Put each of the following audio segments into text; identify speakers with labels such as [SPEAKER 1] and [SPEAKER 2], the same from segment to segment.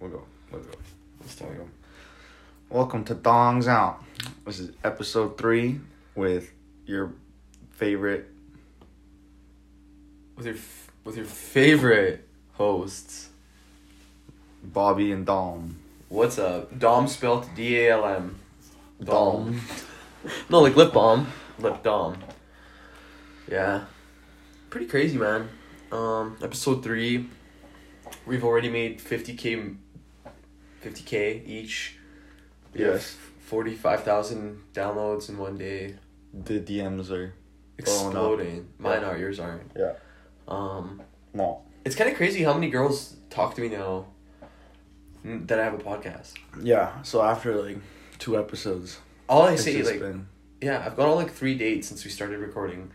[SPEAKER 1] We'll go. We'll go. Let's talk. Welcome to Thongs Out. This is episode three with your favorite.
[SPEAKER 2] with your f- with your favorite hosts.
[SPEAKER 1] Bobby and Dom.
[SPEAKER 2] What's up? Dom spelled D A L M. Dom. no, like lip balm, lip dom. Yeah, pretty crazy, man. Um, episode three. We've already made fifty k. Fifty k each.
[SPEAKER 1] Yes.
[SPEAKER 2] Forty five thousand downloads in one day.
[SPEAKER 1] The DMs are Blowing up.
[SPEAKER 2] Exploding. Mine are. Yours aren't.
[SPEAKER 1] Yeah.
[SPEAKER 2] Um,
[SPEAKER 1] no.
[SPEAKER 2] it's kind of crazy how many girls talk to me now. mm, That I have a podcast.
[SPEAKER 1] Yeah. So after like two episodes,
[SPEAKER 2] All I
[SPEAKER 1] it's
[SPEAKER 2] see,
[SPEAKER 1] just
[SPEAKER 2] like,
[SPEAKER 1] been-
[SPEAKER 2] Yeah, I've gone on like three dates since we started recording.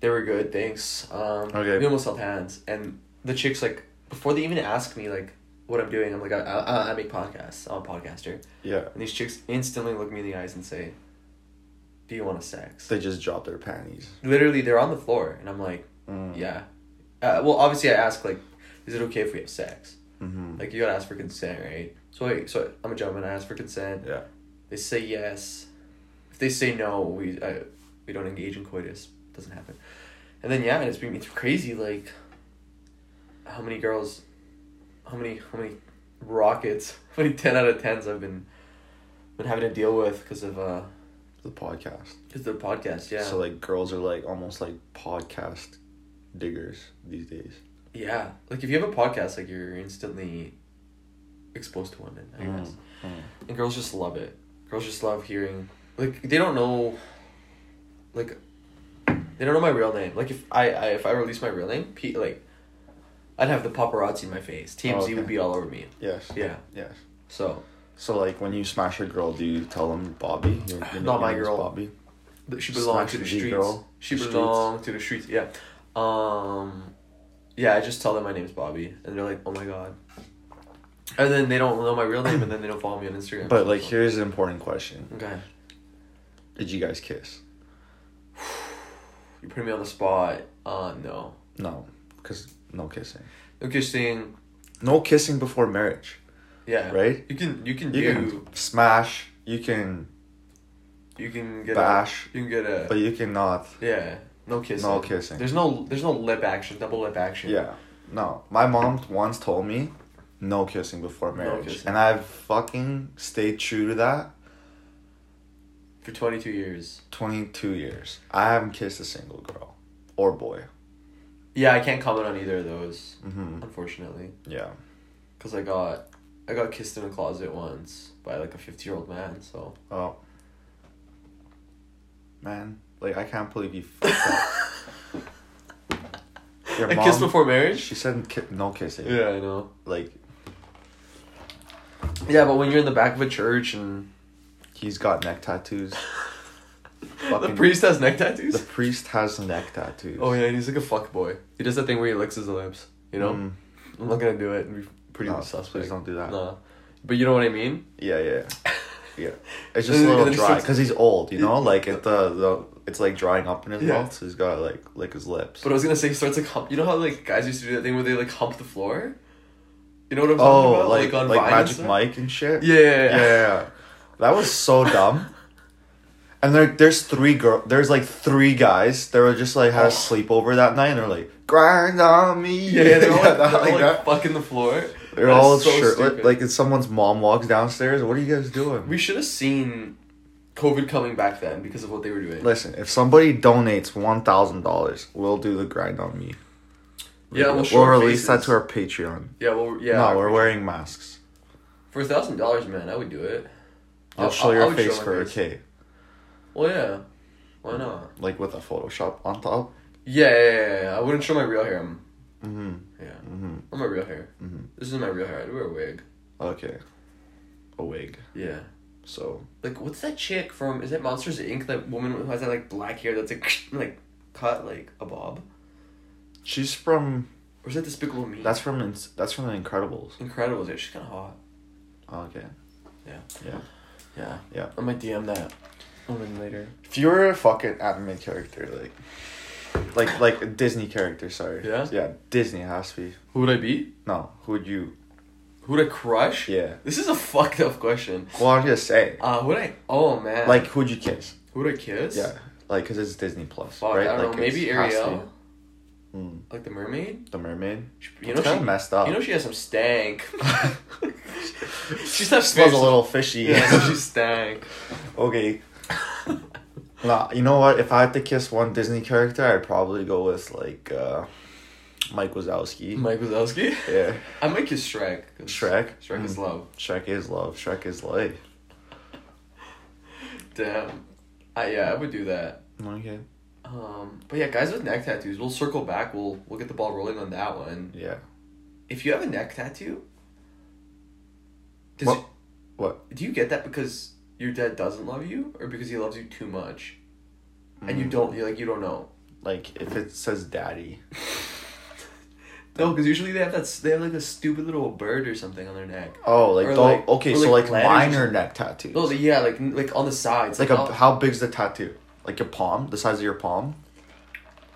[SPEAKER 2] They were good, thanks. Um,
[SPEAKER 1] Okay.
[SPEAKER 2] We almost held hands, and the chicks like before they even ask me like what I'm doing, I'm like I I, I make podcasts. I'm a podcaster,
[SPEAKER 1] yeah,
[SPEAKER 2] and these chicks instantly look me in the eyes and say, "Do you want a sex?"
[SPEAKER 1] they just dropped their panties.
[SPEAKER 2] Literally, they're on the floor, and I'm like,
[SPEAKER 1] Mm.
[SPEAKER 2] "Yeah." Uh, well, obviously, I ask like, "Is it okay if we have sex?"
[SPEAKER 1] hmm
[SPEAKER 2] Like you gotta ask for consent, right? So I so I'm a gentleman. I ask for consent.
[SPEAKER 1] Yeah.
[SPEAKER 2] They say yes. If they say no, we I, we don't engage in coitus. Doesn't happen. And then yeah, and it's been it's crazy. Like, how many girls, how many how many rockets, how many ten out of tens I've been been having to deal with because of uh
[SPEAKER 1] The podcast.
[SPEAKER 2] because of the podcast. Yeah.
[SPEAKER 1] So like girls are like almost like podcast diggers these days.
[SPEAKER 2] yeah. Like if you have a podcast, like you're instantly exposed to women. I
[SPEAKER 1] Mm,
[SPEAKER 2] guess.
[SPEAKER 1] mm.
[SPEAKER 2] And girls just love it. Girls just love hearing like they don't know like they don't know my real name. Like if I, I if I release my real name, P, like I'd have the paparazzi in my face. TMZ
[SPEAKER 1] Oh, okay.
[SPEAKER 2] would be all over me.
[SPEAKER 1] Yes.
[SPEAKER 2] Yeah.
[SPEAKER 1] Yes.
[SPEAKER 2] So
[SPEAKER 1] So like when you smash a girl, do you tell them Bobby? Your, your
[SPEAKER 2] Not my
[SPEAKER 1] name is
[SPEAKER 2] girl.
[SPEAKER 1] Bobby.
[SPEAKER 2] th- she belonged
[SPEAKER 1] Smash
[SPEAKER 2] to the
[SPEAKER 1] the
[SPEAKER 2] streets.
[SPEAKER 1] girl,
[SPEAKER 2] She
[SPEAKER 1] the streets.
[SPEAKER 2] belonged to the streets. Yeah. Um yeah, I just tell them my name's Bobby and they're like, "Oh my god." And then they don't know my real name and then they don't follow me on Instagram.
[SPEAKER 1] But like here's an important question:
[SPEAKER 2] okay.
[SPEAKER 1] Did you guys kiss?
[SPEAKER 2] You put me on the spot. Uh no.
[SPEAKER 1] No, because no kissing.
[SPEAKER 2] Okay, seeing
[SPEAKER 1] No kissing before marriage,
[SPEAKER 2] Yeah.
[SPEAKER 1] right?
[SPEAKER 2] You can you can
[SPEAKER 1] You
[SPEAKER 2] do
[SPEAKER 1] can smash, you can
[SPEAKER 2] you can get
[SPEAKER 1] bash,
[SPEAKER 2] a you can get a
[SPEAKER 1] but you cannot.
[SPEAKER 2] yeah no kissing
[SPEAKER 1] No kissing.
[SPEAKER 2] There's no there's no lip action double lip action.
[SPEAKER 1] Yeah, no. My mom once told me, no kissing before marriage,
[SPEAKER 2] kissing.
[SPEAKER 1] and I've fucking stayed true to that.
[SPEAKER 2] For 22 years.
[SPEAKER 1] Twenty two years, I haven't kissed a single girl or boy.
[SPEAKER 2] Yeah, I can't comment on either of those
[SPEAKER 1] hmm
[SPEAKER 2] unfortunately
[SPEAKER 1] Yeah.
[SPEAKER 2] because I got I got kissed in a closet once by like a 50 year old man. So
[SPEAKER 1] Oh. Man, like I can't believe you fucked up. Your
[SPEAKER 2] I
[SPEAKER 1] mom,
[SPEAKER 2] kissed before marriage.
[SPEAKER 1] She said ki- no kissing.
[SPEAKER 2] Yeah, I know.
[SPEAKER 1] Like
[SPEAKER 2] Yeah, but when you're in the back of a church and
[SPEAKER 1] he's got neck tattoos.
[SPEAKER 2] the
[SPEAKER 1] Fucking-
[SPEAKER 2] priest has neck
[SPEAKER 1] The
[SPEAKER 2] tattoos.
[SPEAKER 1] priest has neck tattoos.
[SPEAKER 2] Oh yeah, and he's like a fuck boy. He does that thing where he licks his lips. You know,
[SPEAKER 1] Mm,
[SPEAKER 2] I'm not gonna do it. It'd be pretty
[SPEAKER 1] no,
[SPEAKER 2] suspect.
[SPEAKER 1] Please don't do that.
[SPEAKER 2] Nah. But you know what I mean?
[SPEAKER 1] Yeah, yeah, yeah. It's just a
[SPEAKER 2] And then- and
[SPEAKER 1] little
[SPEAKER 2] then he
[SPEAKER 1] dry
[SPEAKER 2] starts-
[SPEAKER 1] because he's old. You know, like it the the it's like drying up in his
[SPEAKER 2] Yeah.
[SPEAKER 1] mouth. So he's got to like lick his lips.
[SPEAKER 2] But I was gonna say he starts like hump. You know how like guys used to do that thing where they like hump the floor. You know what I'm talking
[SPEAKER 1] oh,
[SPEAKER 2] about?
[SPEAKER 1] like like,
[SPEAKER 2] Vine and
[SPEAKER 1] Magic
[SPEAKER 2] stuff?
[SPEAKER 1] Mike and shit.
[SPEAKER 2] Yeah, yeah, yeah.
[SPEAKER 1] yeah. That was so dumb. And there, there's three girl. There's like three guys. They were just like had a sleepover that night, and they're like grind on me.
[SPEAKER 2] Oh. Yeah, yeah, they're all, like,
[SPEAKER 1] that-
[SPEAKER 2] they're all,
[SPEAKER 1] like
[SPEAKER 2] like,
[SPEAKER 1] that.
[SPEAKER 2] fucking the floor.
[SPEAKER 1] They're
[SPEAKER 2] That is
[SPEAKER 1] all
[SPEAKER 2] so
[SPEAKER 1] shirtless.
[SPEAKER 2] stupid.
[SPEAKER 1] Like if someone's mom walks downstairs, what are you guys doing?
[SPEAKER 2] we should have seen COVID coming back then because of what they were doing.
[SPEAKER 1] Listen, if somebody donates one thousand dollars, we'll do the grind on me.
[SPEAKER 2] Yeah, we'll
[SPEAKER 1] we'll,
[SPEAKER 2] show our
[SPEAKER 1] release that
[SPEAKER 2] faces.
[SPEAKER 1] to our Patreon.
[SPEAKER 2] yeah, well, yeah.
[SPEAKER 1] no, we're wearing masks.
[SPEAKER 2] for a thousand dollars, man, I would do it.
[SPEAKER 1] I'll,
[SPEAKER 2] I'll-
[SPEAKER 1] show
[SPEAKER 2] I- I
[SPEAKER 1] your
[SPEAKER 2] would
[SPEAKER 1] face
[SPEAKER 2] show my
[SPEAKER 1] for
[SPEAKER 2] face.
[SPEAKER 1] a K,
[SPEAKER 2] Well, yeah. Why not?
[SPEAKER 1] like with a Photoshop on top.
[SPEAKER 2] Mm-hmm. Yeah, yeah, yeah, yeah. I wouldn't show my real hair. I'm,
[SPEAKER 1] Mm-hmm.
[SPEAKER 2] yeah,
[SPEAKER 1] Mm-hmm.
[SPEAKER 2] or my real hair.
[SPEAKER 1] Mhm.
[SPEAKER 2] This is my real hair. I'd wear a wig.
[SPEAKER 1] Okay. A wig.
[SPEAKER 2] Yeah.
[SPEAKER 1] So
[SPEAKER 2] like what's that chick from is that Monsters Inc. That woman who has that like black hair that's like like cut like a bob,
[SPEAKER 1] she's from.
[SPEAKER 2] or is that Despicable Me?
[SPEAKER 1] That's from. Ins- That's from The Incredibles. Oh,
[SPEAKER 2] incredible. Is it? She's kind of hot.
[SPEAKER 1] Okay.
[SPEAKER 2] Yeah.
[SPEAKER 1] Yeah.
[SPEAKER 2] Yeah.
[SPEAKER 1] Yeah.
[SPEAKER 2] I might DM that woman later.
[SPEAKER 1] If you were a fucking anime character, like, like, like a Disney character. Sorry.
[SPEAKER 2] Yeah?
[SPEAKER 1] Yeah. Disney has to be.
[SPEAKER 2] Who would I be?
[SPEAKER 1] No. Who would you?
[SPEAKER 2] Who'd I crush?
[SPEAKER 1] Yeah.
[SPEAKER 2] This is a fucked up question.
[SPEAKER 1] Well, I'm just saying.
[SPEAKER 2] Uh, who'd I? Oh man.
[SPEAKER 1] Like, who'd you kiss?
[SPEAKER 2] who'd I kiss?
[SPEAKER 1] Yeah. Like, because it's Disney Plus,
[SPEAKER 2] Fuck,
[SPEAKER 1] right?
[SPEAKER 2] I don't
[SPEAKER 1] like,
[SPEAKER 2] know. Maybe
[SPEAKER 1] it's- has to
[SPEAKER 2] Ariel,
[SPEAKER 1] be. Mm.
[SPEAKER 2] like the mermaid.
[SPEAKER 1] The mermaid.
[SPEAKER 2] She,
[SPEAKER 1] You
[SPEAKER 2] you know
[SPEAKER 1] kind
[SPEAKER 2] she.
[SPEAKER 1] of messed up.
[SPEAKER 2] You know she has some stank. she's not
[SPEAKER 1] smells
[SPEAKER 2] fish.
[SPEAKER 1] a little fishy.
[SPEAKER 2] Yeah, she's stank.
[SPEAKER 1] okay. Nah, you know what? If I had to kiss one Disney character, I'd probably go with like uh, Mike Wazowski.
[SPEAKER 2] Mike Wazowski.
[SPEAKER 1] Yeah,
[SPEAKER 2] I might kiss Shrek. 'cause
[SPEAKER 1] Shrek?
[SPEAKER 2] Shrek is
[SPEAKER 1] Mm.
[SPEAKER 2] love.
[SPEAKER 1] Shrek is love. Shrek is life.
[SPEAKER 2] Damn. I yeah, I would do that.
[SPEAKER 1] Okay.
[SPEAKER 2] Um, but yeah, guys with neck tattoos. We'll circle back. We'll we'll get the ball rolling on that one.
[SPEAKER 1] Yeah.
[SPEAKER 2] If you have a neck tattoo, does
[SPEAKER 1] What? What?
[SPEAKER 2] do you get that because your dad doesn't love you or because he loves you too much, and you don't you like you don't know?
[SPEAKER 1] Like if it says daddy.
[SPEAKER 2] No, because usually they have that s- they have like a stupid little bird or something on their neck.
[SPEAKER 1] Oh, like,
[SPEAKER 2] Or,
[SPEAKER 1] the,
[SPEAKER 2] like-
[SPEAKER 1] okay,
[SPEAKER 2] or,
[SPEAKER 1] so
[SPEAKER 2] like,
[SPEAKER 1] like
[SPEAKER 2] letters or
[SPEAKER 1] minor
[SPEAKER 2] something.
[SPEAKER 1] neck tattoos.
[SPEAKER 2] No, like, yeah, like like on the sides,
[SPEAKER 1] like a,
[SPEAKER 2] not-
[SPEAKER 1] how big's the tattoo? Like your palm, the size of your palm.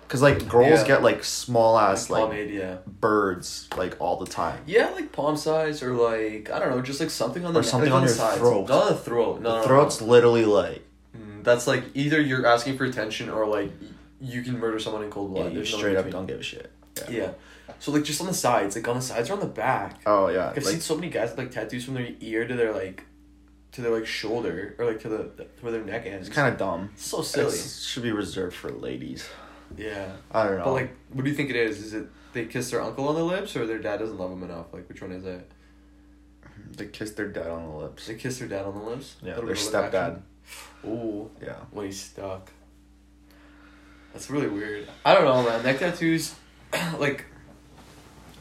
[SPEAKER 1] Cause like girls
[SPEAKER 2] Yeah.
[SPEAKER 1] get like small ass like
[SPEAKER 2] pomade, yeah,
[SPEAKER 1] birds like all the time.
[SPEAKER 2] yeah, like palm size or like I don't know, just like something on the
[SPEAKER 1] Or
[SPEAKER 2] neck,
[SPEAKER 1] something
[SPEAKER 2] like,
[SPEAKER 1] on your
[SPEAKER 2] the sides.
[SPEAKER 1] throat.
[SPEAKER 2] not on the throat, no, no, no,
[SPEAKER 1] Throat's literally like
[SPEAKER 2] Mm, That's like either you're asking for attention or like y- you can murder someone in cold
[SPEAKER 1] yeah,
[SPEAKER 2] blood.
[SPEAKER 1] you
[SPEAKER 2] There's no
[SPEAKER 1] straight up
[SPEAKER 2] in
[SPEAKER 1] don't give a shit.
[SPEAKER 2] between. Yeah. So like just on the sides, like on the sides or on the back.
[SPEAKER 1] Oh yeah.
[SPEAKER 2] Like, I've seen
[SPEAKER 1] Like,
[SPEAKER 2] so many guys with like tattoos from their ear to their like, to their like shoulder or like to the to where their neck ends.
[SPEAKER 1] it's kind of dumb.
[SPEAKER 2] so silly.
[SPEAKER 1] It should be reserved for ladies.
[SPEAKER 2] yeah.
[SPEAKER 1] I don't know.
[SPEAKER 2] But like, what do you think it is? Is it they kiss their uncle on the lips or their dad doesn't love them enough? Like, which one is it?
[SPEAKER 1] they kiss their dad on the lips.
[SPEAKER 2] They kiss their dad on the lips.
[SPEAKER 1] Yeah,
[SPEAKER 2] Little
[SPEAKER 1] their
[SPEAKER 2] bit of
[SPEAKER 1] stepdad.
[SPEAKER 2] action. Ooh.
[SPEAKER 1] Yeah.
[SPEAKER 2] when he's stuck. That's really weird. I don't know, man. Neck tattoos, like,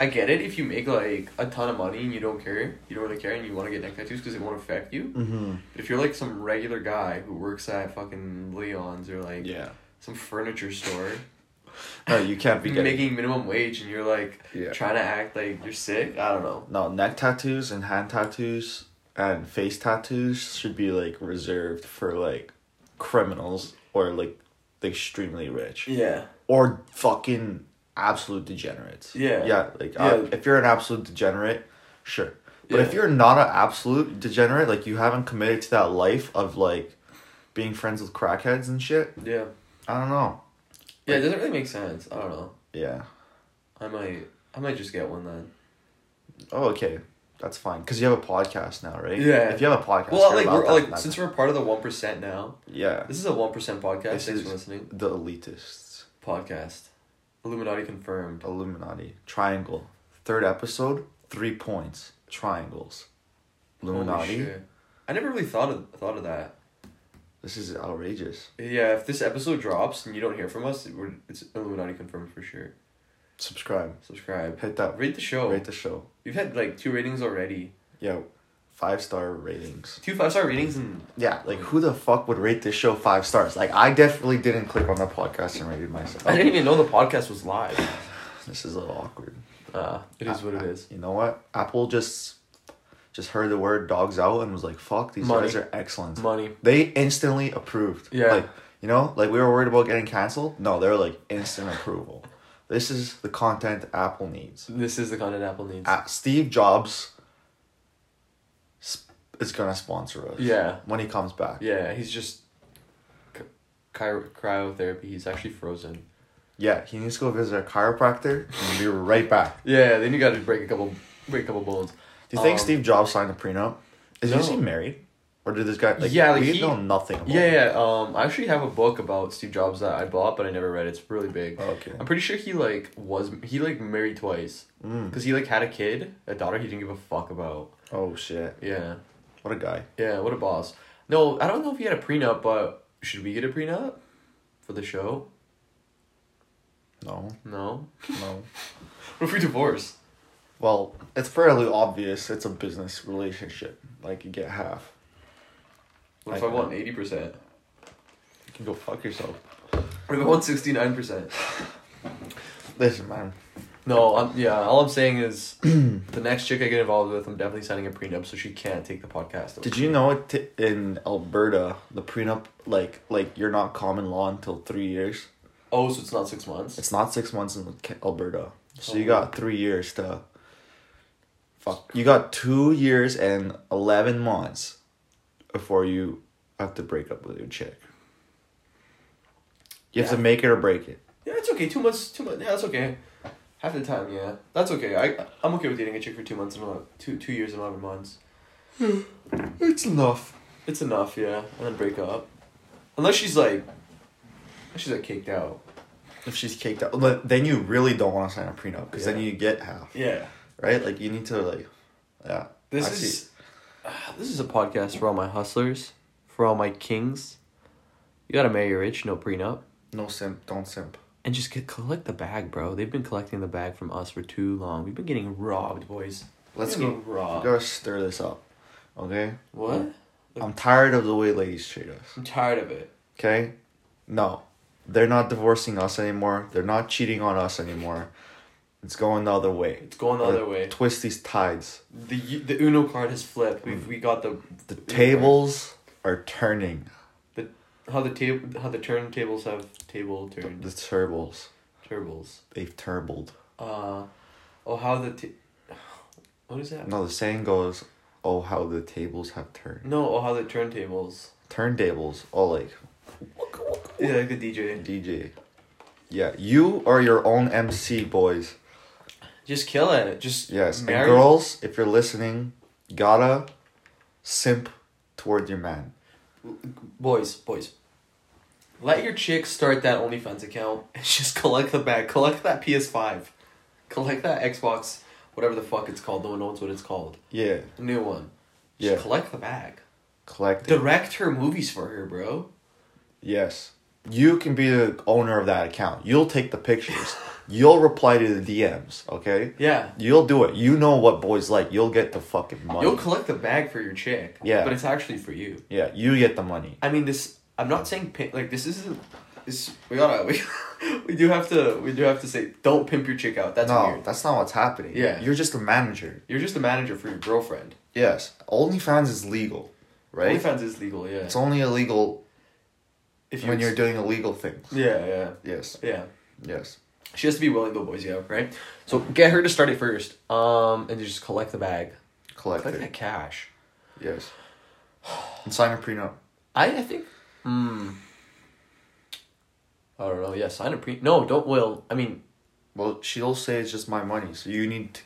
[SPEAKER 2] I get it if you make like a ton of money and you don't care, you don't really care, and you want to get neck tattoos because it won't affect you.
[SPEAKER 1] Mm-hmm.
[SPEAKER 2] But if you're like some regular guy who works at fucking Leon's or like
[SPEAKER 1] Yeah.
[SPEAKER 2] some furniture store,
[SPEAKER 1] No, you can't be
[SPEAKER 2] you're
[SPEAKER 1] getting.
[SPEAKER 2] making minimum wage and you're like
[SPEAKER 1] Yeah.
[SPEAKER 2] trying to act like you're sick, I don't know.
[SPEAKER 1] No, neck tattoos and hand tattoos and face tattoos should be like reserved for like criminals or like the extremely rich
[SPEAKER 2] Yeah.
[SPEAKER 1] or fucking absolute degenerates.
[SPEAKER 2] Yeah.
[SPEAKER 1] Yeah, like uh,
[SPEAKER 2] Yeah.
[SPEAKER 1] if you're an absolute degenerate, sure. But if
[SPEAKER 2] Yeah.
[SPEAKER 1] you're not an absolute degenerate, like you haven't committed to that life of like being friends with crackheads and shit,
[SPEAKER 2] Yeah.
[SPEAKER 1] I don't know.
[SPEAKER 2] Yeah, it doesn't really make sense. I don't know.
[SPEAKER 1] Yeah.
[SPEAKER 2] I might, I might just get one then.
[SPEAKER 1] Oh, okay. That's fine. Cause you have a podcast now, right?
[SPEAKER 2] Yeah.
[SPEAKER 1] If you have a podcast,
[SPEAKER 2] Well,
[SPEAKER 1] hear
[SPEAKER 2] like
[SPEAKER 1] about
[SPEAKER 2] we're
[SPEAKER 1] that,
[SPEAKER 2] like
[SPEAKER 1] that-
[SPEAKER 2] since we're part of the one percent now,
[SPEAKER 1] yeah.
[SPEAKER 2] This is a one percent podcast.
[SPEAKER 1] This
[SPEAKER 2] Thanks
[SPEAKER 1] is-
[SPEAKER 2] for listening.
[SPEAKER 1] The elitists.
[SPEAKER 2] Podcast, Illuminati confirmed.
[SPEAKER 1] Illuminati. Triangle. Third episode, three points. Triangles.
[SPEAKER 2] Holy
[SPEAKER 1] Illuminati.
[SPEAKER 2] shit. I never really thought of thought of that.
[SPEAKER 1] This is outrageous.
[SPEAKER 2] Yeah, if this episode drops and you don't hear from us, we're, it's Illuminati confirmed for sure.
[SPEAKER 1] Subscribe.
[SPEAKER 2] Subscribe.
[SPEAKER 1] Hit that.
[SPEAKER 2] Rate the show.
[SPEAKER 1] Rate the show.
[SPEAKER 2] We've had like two ratings already.
[SPEAKER 1] Yeah. Five star ratings.
[SPEAKER 2] Two five star ratings and
[SPEAKER 1] Yeah, like who the fuck would rate this show five stars? Like I definitely didn't click on the podcast and rated myself.
[SPEAKER 2] I didn't even know the podcast was live.
[SPEAKER 1] This is a little awkward.
[SPEAKER 2] Uh, it is what it is.
[SPEAKER 1] You know what? Apple just just heard the word dogs out and was like, fuck, these
[SPEAKER 2] Money.
[SPEAKER 1] guys are excellent.
[SPEAKER 2] Money.
[SPEAKER 1] They instantly approved.
[SPEAKER 2] Yeah.
[SPEAKER 1] Like, you know, like we were worried about getting canceled. No, they were like instant approval. This is the content Apple needs.
[SPEAKER 2] This is the content Apple needs.
[SPEAKER 1] Uh, Steve Jobs sp- is going to sponsor us.
[SPEAKER 2] Yeah.
[SPEAKER 1] When he comes back.
[SPEAKER 2] yeah, he's just ch- cryo- cryotherapy. He's actually frozen.
[SPEAKER 1] Yeah, he needs to go visit a chiropractor and we'll be right back.
[SPEAKER 2] Yeah, then you got to break a couple break a couple bones.
[SPEAKER 1] Do you think
[SPEAKER 2] Um,
[SPEAKER 1] Steve Jobs signed a prenup? Is
[SPEAKER 2] no.
[SPEAKER 1] he actually married? Or did this guy like
[SPEAKER 2] Yeah, like,
[SPEAKER 1] we
[SPEAKER 2] he-
[SPEAKER 1] know nothing about him.
[SPEAKER 2] Yeah, yeah. Um, I actually have a book about Steve Jobs that I bought, but I never read. It's really big.
[SPEAKER 1] Oh, Okay.
[SPEAKER 2] I'm pretty sure he like was he like married twice,
[SPEAKER 1] Mm.
[SPEAKER 2] cause he like had a kid, a daughter he didn't give a fuck about.
[SPEAKER 1] Oh shit.
[SPEAKER 2] Yeah,
[SPEAKER 1] What a guy.
[SPEAKER 2] yeah. What a boss. No, I don't know if he had a prenup, but should we get a prenup for the show?
[SPEAKER 1] No.
[SPEAKER 2] No.
[SPEAKER 1] No.
[SPEAKER 2] What if we divorce?
[SPEAKER 1] Well, it's fairly obvious it's a business relationship. Like you get half.
[SPEAKER 2] What if I
[SPEAKER 1] Like,
[SPEAKER 2] want eighty percent?
[SPEAKER 1] You can go fuck yourself.
[SPEAKER 2] What if I want sixty nine percent?
[SPEAKER 1] Listen, man.
[SPEAKER 2] No, I'm yeah. All I'm saying is, the next chick I get involved with, I'm definitely signing a prenup, so she can't take the podcast.
[SPEAKER 1] Did you know it t- in Alberta the prenup like like you're not common law until three years?
[SPEAKER 2] Oh, so it's not six months. Oh.
[SPEAKER 1] It's not six months in Ca- Alberta, so you got three years to Fuck. You got two years and 11 months before you have to break up with your chick. You have
[SPEAKER 2] Yeah.
[SPEAKER 1] to make it or break it.
[SPEAKER 2] Yeah, it's okay. Two months, two months. Yeah, that's okay. Half the time, yeah, that's okay. I I'm okay with dating a chick for two months and eleven, two two years and eleven months.
[SPEAKER 1] It's enough.
[SPEAKER 2] It's enough, yeah, and then break up, unless she's like, unless she's like caked out.
[SPEAKER 1] If she's caked out, but then you really don't want to sign a prenup because then
[SPEAKER 2] Yeah.
[SPEAKER 1] you get half,
[SPEAKER 2] Yeah,
[SPEAKER 1] right? Like you need to like, yeah.
[SPEAKER 2] this
[SPEAKER 1] I
[SPEAKER 2] is
[SPEAKER 1] see.
[SPEAKER 2] this is a podcast for all my hustlers, for all my kings. You gotta marry rich, no prenup,
[SPEAKER 1] no simp, don't simp.
[SPEAKER 2] and just get collect the bag, bro. They've been collecting the bag from us for too long. We've been getting robbed, boys.
[SPEAKER 1] Let's
[SPEAKER 2] We've been
[SPEAKER 1] go.
[SPEAKER 2] getting robbed.
[SPEAKER 1] We gotta stir this up, okay?
[SPEAKER 2] What?
[SPEAKER 1] I'm tired of the way ladies treat us.
[SPEAKER 2] I'm tired of it.
[SPEAKER 1] Okay, no, they're not divorcing us anymore. They're not cheating on us anymore. It's going the other way.
[SPEAKER 2] It's going the
[SPEAKER 1] Gotta
[SPEAKER 2] other way.
[SPEAKER 1] Twist these tides.
[SPEAKER 2] The the Uno card has flipped. We've we got the
[SPEAKER 1] Hmm. The tables are turning.
[SPEAKER 2] how the table how the turntables have table turned
[SPEAKER 1] The turbos.
[SPEAKER 2] turbles.
[SPEAKER 1] They've turbled.
[SPEAKER 2] Uh oh how the t- what is that?
[SPEAKER 1] No, the saying goes, "Oh, how the tables have turned."
[SPEAKER 2] No, oh how the turntables.
[SPEAKER 1] Turntables. Oh, like
[SPEAKER 2] Yeah, like the DJ.
[SPEAKER 1] DJ. Yeah, you are your own MC, boys.
[SPEAKER 2] Just kill it. Just
[SPEAKER 1] Yes, and
[SPEAKER 2] marry-
[SPEAKER 1] girls, if you're listening, gotta simp toward your man.
[SPEAKER 2] boys, boys. Let your chick start that OnlyFans account and just collect the bag. Collect that PS Five. Collect that Xbox. Whatever the fuck it's called. No one knows what it's called.
[SPEAKER 1] Yeah,
[SPEAKER 2] The new one. Just
[SPEAKER 1] Yeah.
[SPEAKER 2] collect the bag.
[SPEAKER 1] collect. it.
[SPEAKER 2] Direct her movies for her, bro.
[SPEAKER 1] Yes, you can be the owner of that account. You'll take the pictures. You'll reply to the DMs. Okay.
[SPEAKER 2] Yeah.
[SPEAKER 1] You'll do it. You know what boys like. You'll get the fucking money.
[SPEAKER 2] You'll collect the bag for your chick.
[SPEAKER 1] Yeah.
[SPEAKER 2] But it's actually for you.
[SPEAKER 1] yeah, you get the money.
[SPEAKER 2] I mean, this. I'm not saying pimp. Like this isn't. This we gotta we, we do have to we do have to say don't pimp your chick out. That's
[SPEAKER 1] no,
[SPEAKER 2] weird.
[SPEAKER 1] that's not what's happening.
[SPEAKER 2] Yeah.
[SPEAKER 1] You're just a manager.
[SPEAKER 2] You're just a manager for your girlfriend.
[SPEAKER 1] Yes, OnlyFans is legal, right?
[SPEAKER 2] OnlyFans is legal. Yeah.
[SPEAKER 1] It's only illegal
[SPEAKER 2] if
[SPEAKER 1] when you're
[SPEAKER 2] ex-
[SPEAKER 1] doing illegal things.
[SPEAKER 2] Yeah, yeah,
[SPEAKER 1] Yes,
[SPEAKER 2] yeah.
[SPEAKER 1] yes.
[SPEAKER 2] She has to be willing though, boys. Yeah, right. So get her to start it first. Um, and just collect the bag.
[SPEAKER 1] Collect
[SPEAKER 2] Collect
[SPEAKER 1] it.
[SPEAKER 2] that cash.
[SPEAKER 1] Yes. And sign a prenup.
[SPEAKER 2] I I think. Hmm. I don't know. Yeah, sign a pre. No, don't. Well, I mean,
[SPEAKER 1] Well, she'll say it's just my money, so you need to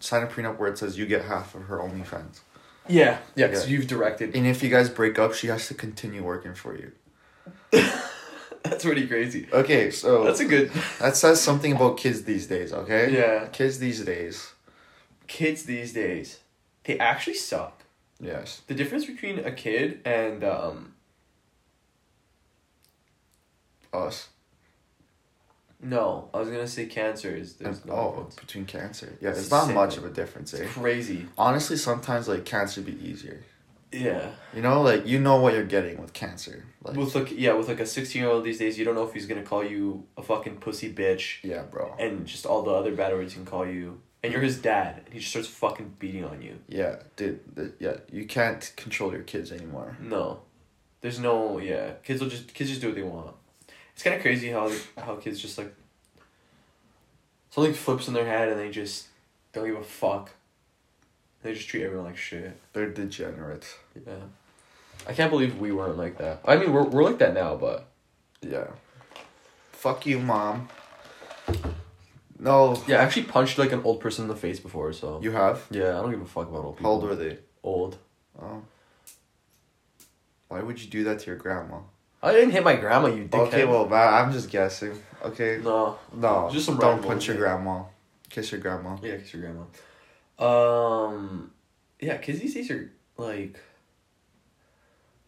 [SPEAKER 1] sign a prenup where it says you get half of her OnlyFans.
[SPEAKER 2] yeah, yeah. Because
[SPEAKER 1] Yeah.
[SPEAKER 2] you've directed.
[SPEAKER 1] And if you guys break up, she has to continue working for you.
[SPEAKER 2] That's pretty crazy.
[SPEAKER 1] Okay, so
[SPEAKER 2] That's a good.
[SPEAKER 1] that says something about kids these days. Okay.
[SPEAKER 2] Yeah.
[SPEAKER 1] Kids these days.
[SPEAKER 2] Kids these days, they actually suck.
[SPEAKER 1] Yes.
[SPEAKER 2] The difference between a kid and um
[SPEAKER 1] Us.
[SPEAKER 2] no, I was gonna say cancer is there's
[SPEAKER 1] And-
[SPEAKER 2] no
[SPEAKER 1] oh,
[SPEAKER 2] difference.
[SPEAKER 1] between cancer. Yeah,
[SPEAKER 2] It's
[SPEAKER 1] it's not
[SPEAKER 2] sick,
[SPEAKER 1] much
[SPEAKER 2] man.
[SPEAKER 1] of a difference. Eh?
[SPEAKER 2] It's crazy.
[SPEAKER 1] Honestly, sometimes like cancer be easier.
[SPEAKER 2] Yeah.
[SPEAKER 1] You know, like you know what you're getting with cancer. Like,
[SPEAKER 2] With like yeah, with like a sixteen year old these days, you don't know if he's gonna call you a fucking pussy bitch
[SPEAKER 1] yeah, bro.
[SPEAKER 2] and just all the other bad words he can call you. And you're his dad, and he just starts fucking beating on you.
[SPEAKER 1] Yeah, dude. th- yeah, you can't control your kids anymore.
[SPEAKER 2] No, there's no yeah. Kids will just kids just do what they want. It's kind of crazy how how kids just like something flips in their head and they just don't give a fuck. They just treat everyone like shit.
[SPEAKER 1] They're degenerate.
[SPEAKER 2] Yeah, I can't believe we weren't like that. I mean, we're we're like that now, but
[SPEAKER 1] Yeah. Fuck you, mom. No.
[SPEAKER 2] yeah, I actually punched like an old person in the face before. So
[SPEAKER 1] You have?
[SPEAKER 2] yeah, I don't give a fuck about old
[SPEAKER 1] How
[SPEAKER 2] people.
[SPEAKER 1] old were they?
[SPEAKER 2] Old.
[SPEAKER 1] Oh. Why would you do that to your grandma?
[SPEAKER 2] I didn't hit my grandma. You dickhead.
[SPEAKER 1] Okay, well, that, I'm just guessing. Okay.
[SPEAKER 2] no.
[SPEAKER 1] No.
[SPEAKER 2] Just some
[SPEAKER 1] Don't
[SPEAKER 2] random
[SPEAKER 1] punch your
[SPEAKER 2] bullshit.
[SPEAKER 1] grandma. Kiss your grandma.
[SPEAKER 2] Yeah, kiss your grandma. Um, yeah, kids these days are like,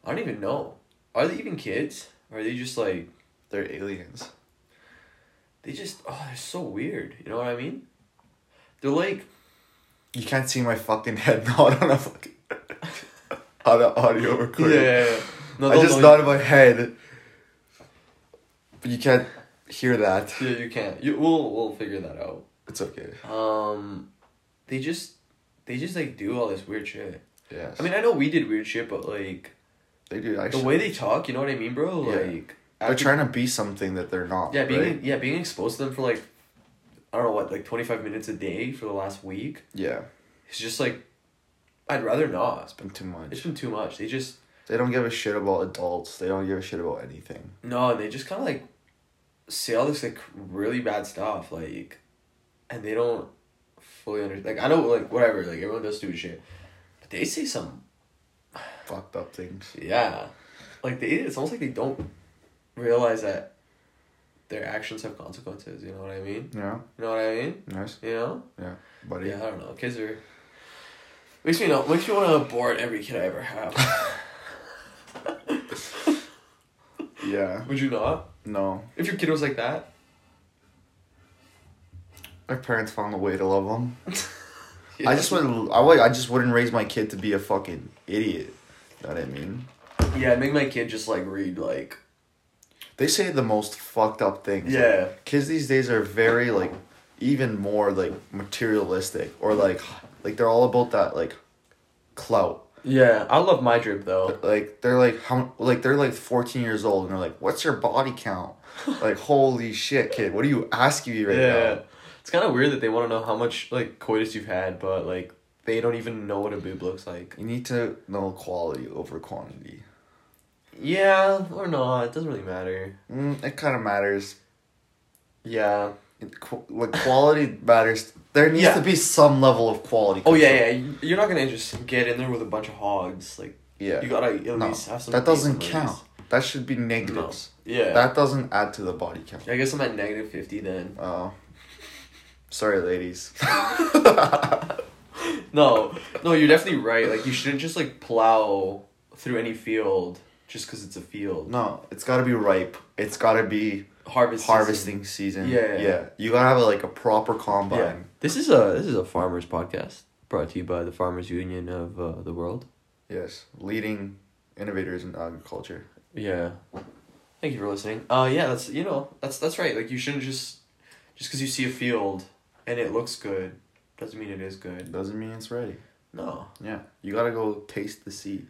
[SPEAKER 2] I don't even know. Are they even kids? Or are they just like
[SPEAKER 1] They're aliens.
[SPEAKER 2] they just oh they're so weird. You know what I mean? They're like
[SPEAKER 1] You can't see my fucking head now. I don't know. Fucking... on an audio recording.
[SPEAKER 2] No,
[SPEAKER 1] I
[SPEAKER 2] they'll
[SPEAKER 1] just
[SPEAKER 2] know
[SPEAKER 1] thought in my head. But you can't hear that.
[SPEAKER 2] you, yeah, you can't. You we'll we'll figure that out.
[SPEAKER 1] It's okay.
[SPEAKER 2] Um, they just they just like do all this weird shit.
[SPEAKER 1] Yes.
[SPEAKER 2] I mean, I know we did weird shit, but like
[SPEAKER 1] they do actually.
[SPEAKER 2] the way they talk, you know what I mean, bro?
[SPEAKER 1] Yeah.
[SPEAKER 2] Like
[SPEAKER 1] They're
[SPEAKER 2] after-
[SPEAKER 1] trying to be something that they're not.
[SPEAKER 2] Yeah, being
[SPEAKER 1] right?
[SPEAKER 2] yeah being exposed to them for like, I don't know what like twenty five minutes a day for the last week
[SPEAKER 1] yeah,
[SPEAKER 2] It's just like, I'd rather not. It's been,
[SPEAKER 1] Been too much.
[SPEAKER 2] it's been too much. They just
[SPEAKER 1] They don't give a shit about adults. They don't give a shit about anything.
[SPEAKER 2] no, and they just kind of like say all this like really bad stuff, like, and they don't fully understand. Like I know, like whatever, like everyone does stupid shit, but they say some
[SPEAKER 1] Fucked up things.
[SPEAKER 2] yeah, like they it's almost like they don't realize that their actions have consequences. You know what I mean?
[SPEAKER 1] Yeah.
[SPEAKER 2] You know what I mean?
[SPEAKER 1] Nice.
[SPEAKER 2] You know?
[SPEAKER 1] Yeah. Buddy.
[SPEAKER 2] Yeah, I don't know. Kids are makes me know makes me want to abort every kid I ever have.
[SPEAKER 1] Yeah.
[SPEAKER 2] Would you not?
[SPEAKER 1] No.
[SPEAKER 2] If your kid was like that,
[SPEAKER 1] My parents found a way to love them.
[SPEAKER 2] Yeah.
[SPEAKER 1] I just wouldn't. I would. I just wouldn't raise my kid to be a fucking idiot. Know what I mean?
[SPEAKER 2] yeah, make my kid just like read like
[SPEAKER 1] They say the most fucked up things.
[SPEAKER 2] Yeah.
[SPEAKER 1] kids these days are very like, even more like materialistic or like, like they're all about that like, clout.
[SPEAKER 2] yeah. I love my drip though.
[SPEAKER 1] Like they're like how like they're like fourteen years old and they're like, what's your body count? like holy shit, kid, what are you asking me right
[SPEAKER 2] Yeah,
[SPEAKER 1] now?
[SPEAKER 2] it's kind of weird that they want to know how much like coitus you've had, but like they don't even know what a boob looks like.
[SPEAKER 1] You need to know quality over quantity.
[SPEAKER 2] Yeah, or not. It doesn't really matter.
[SPEAKER 1] Mm, it kind of matters.
[SPEAKER 2] Yeah.
[SPEAKER 1] It, qu- like quality matters. There needs
[SPEAKER 2] Yeah.
[SPEAKER 1] to be some level of quality.
[SPEAKER 2] Oh
[SPEAKER 1] control.
[SPEAKER 2] yeah, yeah. You're not gonna just get in there with a bunch of hogs like.
[SPEAKER 1] Yeah.
[SPEAKER 2] You gotta at
[SPEAKER 1] no,
[SPEAKER 2] least have some.
[SPEAKER 1] that doesn't
[SPEAKER 2] decent
[SPEAKER 1] count.
[SPEAKER 2] ways.
[SPEAKER 1] That should be negatives.
[SPEAKER 2] Yeah.
[SPEAKER 1] That doesn't add to the body count.
[SPEAKER 2] I guess I'm at negative fifty then.
[SPEAKER 1] Oh, sorry, ladies.
[SPEAKER 2] No, no, you're definitely right. Like you shouldn't just like plow through any field just because it's a field.
[SPEAKER 1] no, it's gotta be ripe. It's gotta be
[SPEAKER 2] Harvest. season.
[SPEAKER 1] harvesting season.
[SPEAKER 2] Yeah, yeah,
[SPEAKER 1] yeah.
[SPEAKER 2] yeah.
[SPEAKER 1] You gotta have like a proper combine.
[SPEAKER 2] Yeah. This is a this is a farmers podcast brought to you by the Farmers Union of uh, the world.
[SPEAKER 1] Yes, leading innovators in agriculture.
[SPEAKER 2] Yeah. Thank you for listening. Uh, yeah, that's you know that's that's right. Like you shouldn't just just because you see a field and it looks good doesn't mean it is good.
[SPEAKER 1] Doesn't mean it's ready.
[SPEAKER 2] No.
[SPEAKER 1] Yeah, you gotta go taste the seed.